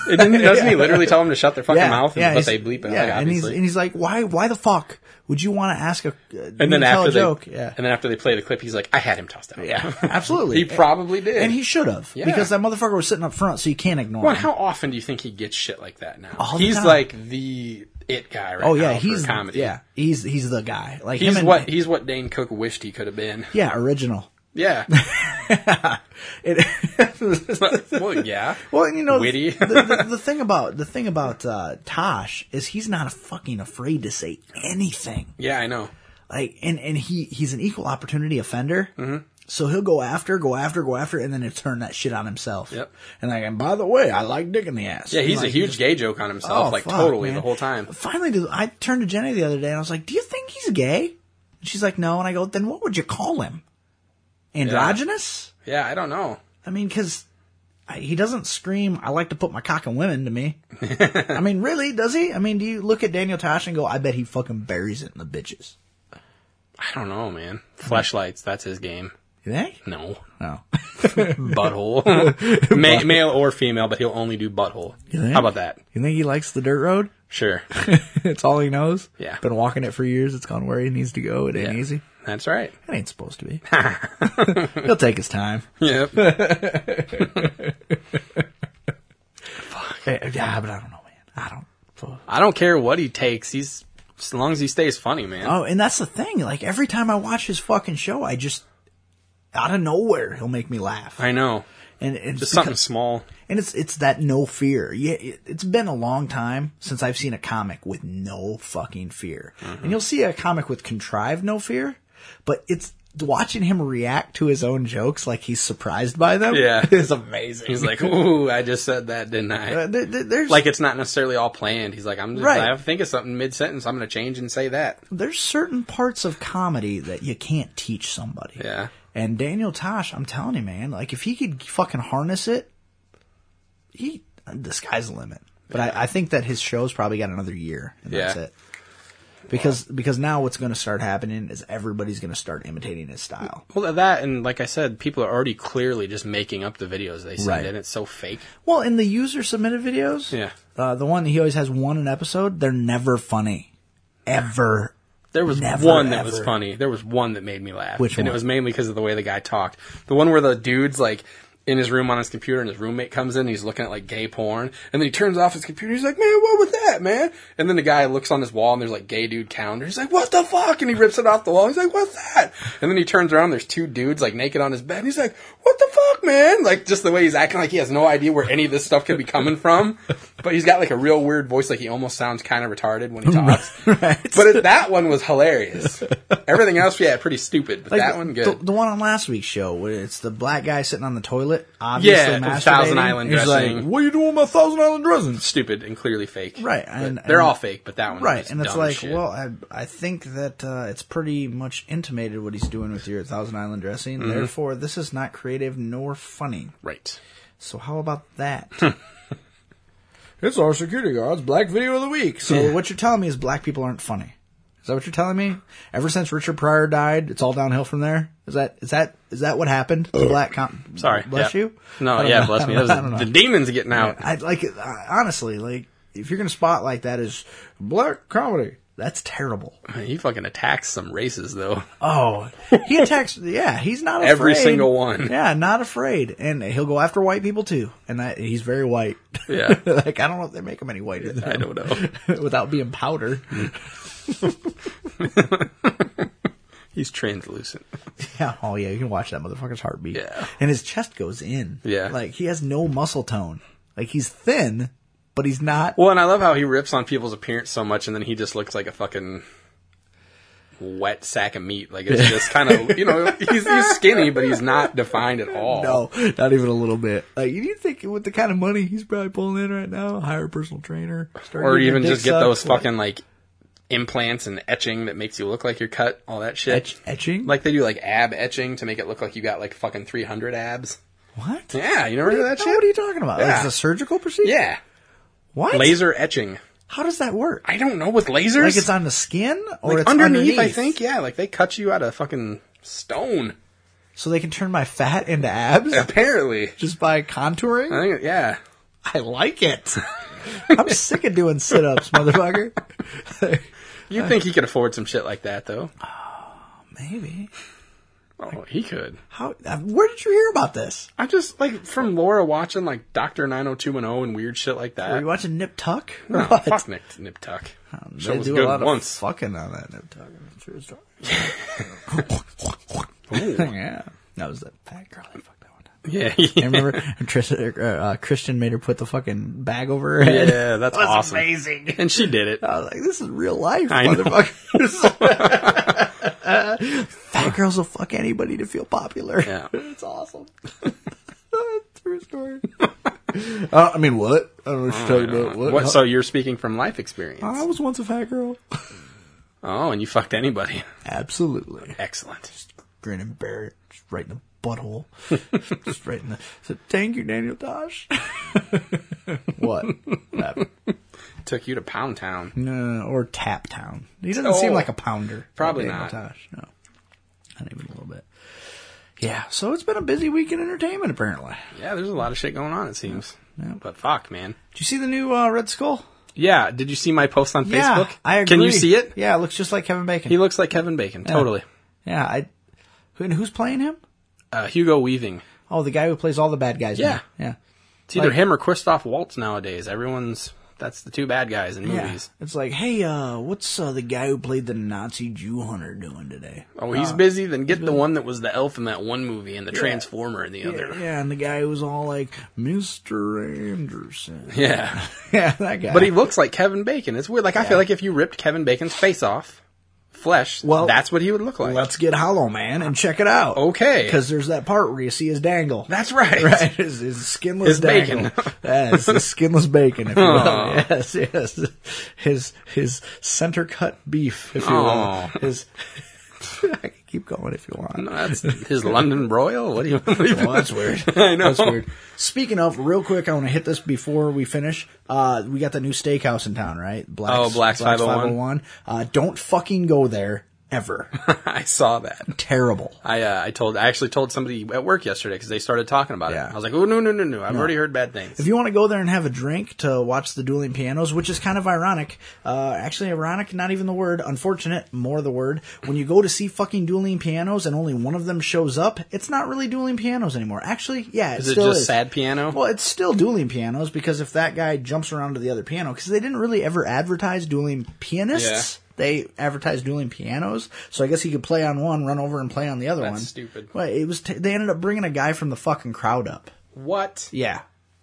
And then doesn't he literally tell them to shut their fucking
yeah,
mouth?
yeah,
but
he's-
they bleep it.
Yeah,
out,
and he's
obviously.
and he's like, why, why the fuck would you want to ask a uh,
and then
tell
after
a joke?
they,
yeah,
and then after they play the clip, he's like, "I had him tossed out."
yeah, absolutely.
he probably did.
and he should have
Yeah.
because that motherfucker was sitting up front, so you can't ignore
Well,
him.
how often do you think he gets shit like that now?
All the
he's
time.
like the it guy right
Oh
now
yeah,
for
he's
comedy.
Yeah, he's he's the guy. Like him
He's
and,
what he's what Dane Cook wished he could have been.
yeah, original.
Yeah.
It,
well, yeah.
well, and you know,
Witty.
the, the, the thing about the thing about uh, Tosh is he's not fucking afraid to say anything.
Yeah, I know.
Like, and and he he's an equal opportunity offender. Mm-hmm. So he'll go after, go after, go after, and then he'll turn that shit on himself.
Yep.
And like, and by the way, I like dick in the ass.
Yeah, he's
Like, oh,
a huge gay joke on himself, like
fuck,
totally
man.
the whole time.
Finally, dude, I turned to Jenny the other day and I was like, "Do you think he's gay?" And she's like, "No." And I go, "Then what would you call him? Androgynous?
Yeah, I don't know.
I mean, because he doesn't scream. I like to put my cock in women to me. I mean, really, does he? I mean, do you look at Daniel Tosh and go, "I bet he fucking buries it in the bitches"?
I don't know, man. Fleshlights, that's his game.
You think?
No.
No.
Butthole. Ma- male or female, but he'll only do butthole.
You think?
How about that?
You think he likes the dirt road?
Sure.
it's all he knows.
Yeah.
Been walking it for years. It's gone where he needs to go. It ain't
Yeah.
easy.
That's right.
It ain't supposed to be. He'll take his time.
Yep.
Eh, Yeah, but I don't know, man. I don't.
I don't care what he takes. He's as long as he stays funny, man.
Oh, and that's the thing. Like every time I watch his fucking show, I just out of nowhere he'll make me laugh.
I know.
and and
Just
because-
something small.
And it's it's that no fear. Yeah, it, it's been a long time since I've seen a comic with no fucking fear. And you'll see a comic with contrived no fear, but it's watching him react to his own jokes like he's surprised by them.
Yeah.
is amazing.
He's like, "Ooh, I just said that, didn't
Uh,
I?"
there- there- there's
Like it's not necessarily all planned. He's like, "I'm just,
Right.
I think of something mid sentence. I'm going to change and say that."
there's certain parts of comedy that you can't teach somebody.
Yeah.
And Daniel Tosh, I'm telling you, man, like if he could fucking harness it, he the sky's the limit. But I, I think that his show's probably got another year, and that's
Yeah.
it. Because because now what's going to start happening is everybody's going to start imitating his style.
Well, that and like I said, people are already clearly just making up the videos they send,
Right.
and it's so fake.
Well, in the user submitted videos,
Yeah.
uh, the one he always has one an episode, they're never funny, ever.
There was
Never,
one that was
ever.
funny. There was one that made me laugh.
Which
and
one?
it was mainly because of the way the guy talked. The one where the dude's like in his room on his computer and his roommate comes in and he's looking at like gay porn and then he turns off his computer. He's like, man, what was that, man? And then the guy looks on his wall and there's like gay dude calendar. He's like, what the fuck? And he rips it off the wall. He's like, what's that? And then he turns around. There's two dudes like naked on his bed. And he's like, what the fuck, man? Like just the way he's acting like he has no idea where any of this stuff could be coming from. But he's got like a real weird voice. Like he almost sounds kind of retarded when he talks. But it, that one was hilarious. Everything else, yeah, pretty stupid. But
Like
that
the-
one,
The,
good.
the one on last week's show, where it's the black guy sitting on the toilet, obviously
Yeah,
masturbating.
with Thousand Island
He's
dressing.
like,
What are you doing with my Thousand Island dressing?
stupid and clearly fake.
Right,
But
and-
they're
and-
all fake, but that one,
Right, and it's like,
shit.
well, I I think that uh, it's pretty much intimated what he's doing with your Thousand Island dressing.
Mm-hmm.
Therefore, this is not creative nor funny.
right.
So how about that?
It's our security guard's black video of the week. So
so what you're telling me is black people aren't funny. Is that what you're telling me? Ever since Richard Pryor died, it's all downhill from there. Is that is that is that what happened? to black. Com-
Sorry,
bless
yeah.
you. I
No,
don't
yeah,
know.
bless me.
I
That
don't know.
was, the demons getting out.
I like it I- honestly. Like if you're gonna spot like that is
black comedy.
that's terrible.
He fucking attacks some races though.
Oh, he attacks. yeah, he's not afraid.
Every single one.
Yeah, not afraid, and he'll go after white people too. And that, he's very white.
Yeah.
like I don't know if they make him any whiter. Than
I don't know.
know. without being powder.
He's translucent.
Yeah. Oh yeah, you can watch that motherfucker's heartbeat.
Yeah.
And his chest goes in.
Yeah.
Like he has no muscle tone. Like he's thin, but he's not.
Well, and I love how he rips on people's appearance so much, and then he just looks like a fucking wet sack of meat. Like it's just kind of you know he's, he's skinny, but he's not defined at all.
No, not even a little bit. Like you think with the kind of money he's probably pulling in right now, hire a personal trainer, start
or
getting your
even
dick
just get
sucked,
those
like-
fucking like implants and etching that makes you look like you're cut, all that shit.
Etch- etching?
Like they do like ab etching to make it look like you got like fucking 300 abs.
what?
Yeah, you never heard of that
No,
shit?
What are you talking about? Like,
Yeah.
it's a surgical procedure.
yeah.
What?
Laser etching.
How does that work?
I don't know with lasers.
Like it's on the skin or
Like,
it's
underneath, I think. Yeah, like they cut you out of fucking stone.
So they can turn my fat into abs
Apparently.
just by
I
contouring.
think, yeah.
I like it. I'm sick of doing sit-ups, motherfucker.
You'd think he could afford some shit like that, though.
Maybe.
Oh, he could.
How? uh, Where did you hear about this?
I just, like, from Laura watching, like, Doctor 90210 and weird shit like
Were
that.
you watching Nip Tuck? or
No,
what?
Oh, fuck Nip, Nip Tuck. Show
They
was
do
good
a lot
once.
of fucking on that Nip Tuck. I'm sure it's yeah. That was the fat girl that fucked that one time.
Yeah,
I remember Tris- uh, uh, Christian made her put the fucking bag over her head.
yeah, that's awesome.
amazing. Oh.
And she did it.
I was like, this is real life,
I know.
motherfuckers. Fat girls will fuck anybody to feel popular.
Yeah.
it's awesome. True story. Uh, I mean, what? I don't know what you're talking about. What?
What? So you're speaking from life
I
experience.
was once a fat girl.
Oh, and you fucked anybody.
Absolutely.
Excellent.
Grin and bear it. Just right in the butthole. Just right in the. So, thank you, Daniel Tosh. what? That-
Took you to Pound Town.
No, or Tap Town. He doesn't seem
Oh.
like a pounder.
Probably
Daniel
not.
Tosh, No, not even a little bit. Yeah, so it's been a busy week in entertainment, apparently.
Yeah, there's a lot of shit going on, it seems. But fuck, man.
Did you see the new uh, Red Skull?
Yeah, did you see my post on
Yeah,
Facebook?
I agree.
Can you see it?
Yeah, it looks just like Kevin Bacon.
He looks like Kevin Bacon, totally.
yeah, I. Who, and who's playing him?
Uh, Hugo Weaving.
Oh, the guy who plays all the bad guys.
Yeah.
now. yeah.
It's either
Like-
him or Christoph Waltz nowadays. Everyone's that's the two bad guys in
Yeah.
movies.
It's like, hey, uh, what's uh, the guy who played the Nazi Jew hunter doing today?
Oh, he's busy. Then get the one that was the elf in that one movie and the transformer in the
Yeah,
other. Yeah,
yeah, and the guy who was all like, Mr. Anderson. yeah, that guy.
but he looks like Kevin Bacon. It's weird. Like I feel like if you ripped Kevin Bacon's face off, flesh,
Well-
that's what he would look like.
Let's get Hollow Man and check it out.
Okay.
Because there's that part where you see his dangle.
that's right.
Right, his, his skinless
His
dangle.
bacon.
yeah, it's his skinless bacon, if you will. Yes, yes. His his center cut beef, if you will.
Aw.
His I can keep going if you want.
No, that's his London broil. What do you?
Well, that's weird.
I know.
That's weird. Speaking of, real quick, I want to hit this before we finish. Uh, we got the new steakhouse in town, right? Black's,
Oh, Black's 501.
Uh, don't fucking go there ever.
I saw that.
Terrible.
I uh, I told I actually told somebody at work yesterday because they started talking about
Yeah.
it. I was like, oh no no no no! I've already heard bad things.
If you want to go there and have a drink to watch the dueling pianos, which is kind of ironic, uh, actually ironic, not even the word, unfortunate, more the word. When you go to see fucking dueling pianos and only one of them shows up, it's not really dueling pianos anymore. Actually, yeah, it
Is it
still
just
is.
sad piano?
Well, it's still dueling pianos because if that guy jumps around to the other piano, because they didn't really ever advertise dueling pianists.
Yeah.
They advertised dueling pianos, so I guess he could play on one, run over and play on the other
That's
one.
stupid.
Well, it was. T- they ended up bringing a guy from the fucking crowd up.
What
Yeah,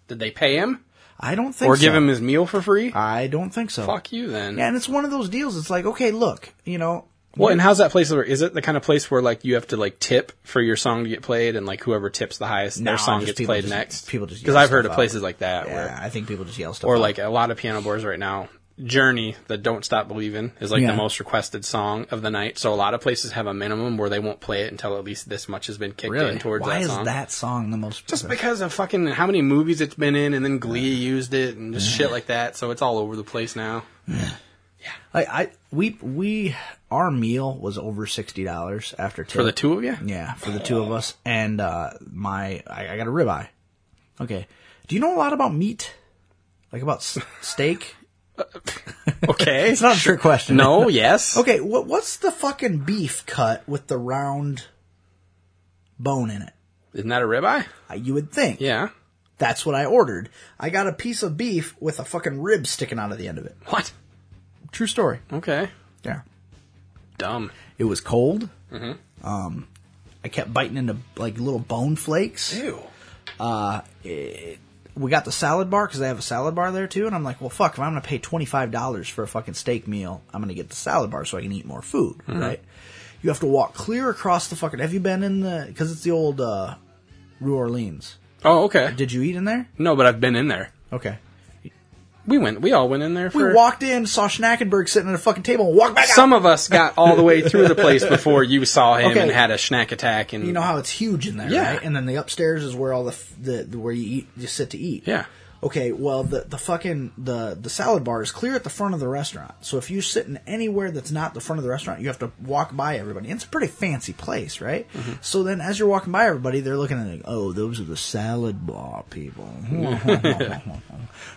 did they pay him
I don't think
or
so. Uh,
give him his meal for free?
I don't think so.
Fuck you then.
Yeah, and it's one of those deals. It's like, okay, look, you know,
Well, and how's that place? Where, is it the kind of place where like you have to like tip for your song to get played, and like whoever tips the highest,
No,
their song
just
gets
people
played
just-
next?
people just
because
yell
I've heard
stuff
of
out.
places like that,
yeah,
where,
I think people just yell stuff.
or
out.
like a lot of piano bars right now. Journey, the "Don't Stop Believing" is like
Yeah.
the most requested song of the night. So a lot of places have a minimum where they won't play it until at least this much has been kicked in towards
why
that
is
song.
that song the most?
Just because of fucking how many movies it's been in, and then Glee used it, and just shit like that. So it's all over the place now.
I, I we we our meal was over sixty dollars after tip.
For the two of you,
Yeah, for the two of us. And uh my I, I got a ribeye. Okay. Do you know a lot about meat? Like about s- steak?
okay.
It's not a trick question.
no, yes.
Okay, what what's the fucking beef cut with the round bone in it?
Isn't that a ribeye?
Uh, You would think.
Yeah.
That's what I ordered. I got a piece of beef with a fucking rib sticking out of the end of it.
What?
True story.
Okay.
Yeah.
Dumb.
It was cold. Mm-hmm. Um, I kept biting into like little bone flakes.
Ew.
we got the salad bar because they have a salad bar there too. And I'm like, well, fuck, if I'm going to pay $25 for a fucking steak meal, I'm going to get the salad bar so I can eat more food, right? You have to walk clear across the fucking. Have you been in the. Because it's the old uh, Rue Orleans.
Oh, okay.
Did you eat in there?
No, but I've been in there.
Okay.
We went. We all went in there.
We
For,
walked in, saw Schnackenberg sitting at a fucking table, and walked back out.
Some of us got all the way through the place before you saw him
Okay.
and had a snack attack. And
You know how it's huge in there,
Yeah.
right? And then the upstairs is where all the, f- the the- where you eat, you sit to eat.
Yeah.
Okay. Well, the the fucking the the salad bar is clear at the front of the restaurant. So if you're sitting anywhere that's not the front of the restaurant, you have to walk by everybody. And it's a pretty fancy place, right?
Mm-hmm.
So then, as you're walking by everybody, they're looking at it, oh, those are the salad bar people.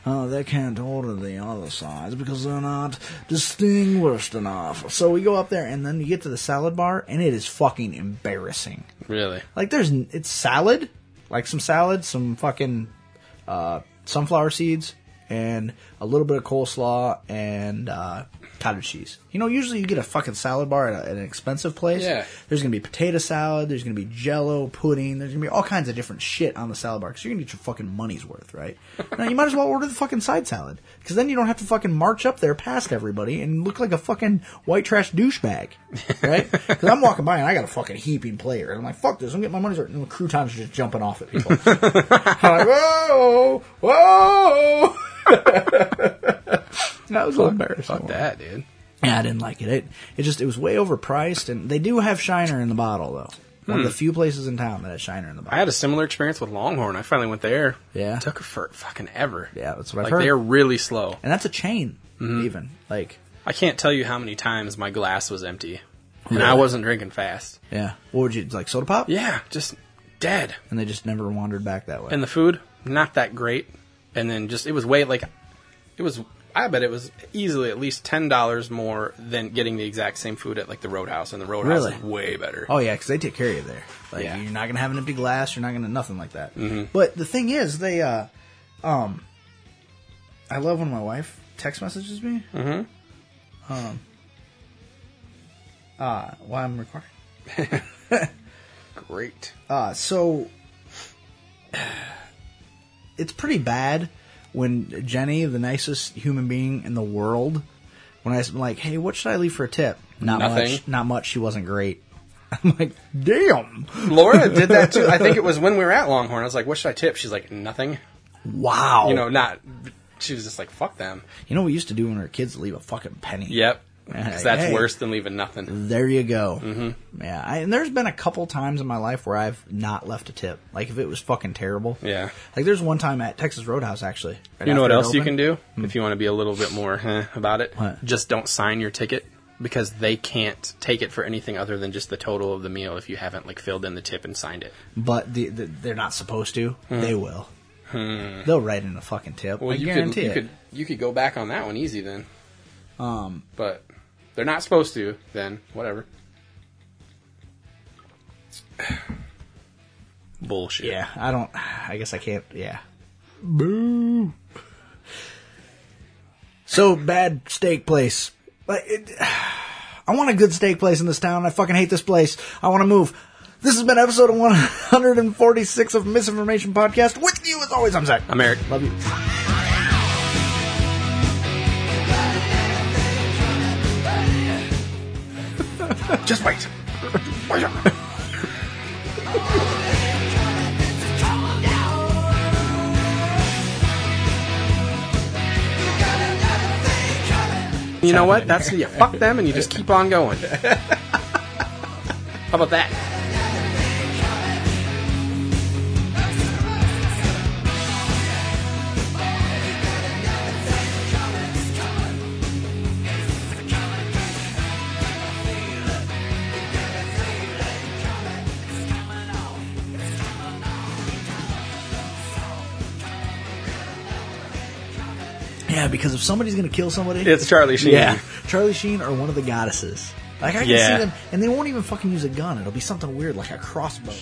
oh, they can't order the other sides because they're not distinguished enough. So we go up there, and then you get to the salad bar, and it is fucking embarrassing.
really?
Like there's n- it's salad, like some salad, some fucking uh, sunflower seeds, and a little bit of coleslaw and uh, cottage cheese. You know, usually you get a fucking salad bar at, a, at an expensive place.
Yeah.
There's gonna be potato salad. There's gonna be Jello pudding. There's gonna be all kinds of different shit on the salad bar because you're gonna get your fucking money's worth, right? now you might as well order the fucking side salad because then you don't have to fucking march up there past everybody and look like a fucking white trash douchebag, right? Because I'm walking by and I got a fucking heaping player and I'm like, fuck this, I'm getting my money's worth. And the croutons are just jumping off at people. I'm like, whoa, whoa. that was a little embarrassing.
Fuck that, dude.
Yeah, I didn't like it. It it just it was way overpriced, and they do have Shiner in the bottle though. One of the few places in town that has Shiner in the
Hmm. I
bottle.
had a similar experience with Longhorn. I finally went there.
Yeah.
Took for fucking ever.
Yeah, that's what I've
like Mm-hmm.
heard.
they're really slow.
and that's a chain, even like
I can't tell you how many times my glass was empty. and I wasn't drinking fast.
Yeah. What would you like? Soda pop?
Yeah, just dead.
And they just never wandered back that way.
And the food, not that great. And then just it was way like it was. I bet it was easily at least ten dollars more than getting the exact same food at like the Roadhouse, and the Roadhouse
Really?
is way better.
Oh yeah, because they take care of you there. Like
Yeah. Mm-hmm.
you're not gonna have an empty glass. You're not gonna nothing like that. But the thing is, they, uh, um, I love when my wife text messages me. Mm-hmm. Um,
Mm-hmm.
uh, while I'm recording.
Great.
Uh, so it's pretty bad when Jenny, the nicest human being in the world, when I was like, "Hey, what should I leave for a tip?" Not
Nothing.
much. Not much. She wasn't great. I'm like, damn.
Laura did that too. I think it was when we were at Longhorn. I was like, "What should I tip?" She's like, "Nothing."
Wow.
You know, not. She was just like, "Fuck them."
You know what we used to do when we were kids? Leave a fucking penny.
Yep. 'Cause that's
Hey.
worse than leaving nothing.
There you go. Mm-hmm. Yeah. I, and there's been a couple times in my life where I've not left a tip. Like if it was fucking terrible.
Yeah.
Like there's one time at Texas Roadhouse actually. right
You know
after
what
it
else you can
opened.
do if you want to be a little bit more huh, about it?
Hmm. What?
Just don't sign your ticket because they can't take it for anything other than just the total of the meal if you haven't like filled in the tip and signed it.
But the, the, they're not supposed to. They will. They'll write in a fucking tip. I
Hmm. you could,
guarantee
you
it.
could you could go back on that one easy then. Um, but they're not supposed to. Then whatever. Bullshit.
Yeah. I don't. I guess I can't. Yeah. So bad steak place. Like, it, I want a good steak place in this town. I fucking hate this place. I want to move. This has been episode 146 of Misinformation Podcast. With you as always, I'm Zach.
I'm Eric.
Love you.
Just wait. You know what? That's you fuck them and you just keep on going. How about that?
Yeah, because if somebody's gonna kill somebody,
It's Charlie Sheen.
yeah, Charlie Sheen or one of the goddesses. Like I can
Yeah.
see them, and they won't even fucking use a gun. It'll be something weird, like a crossbow.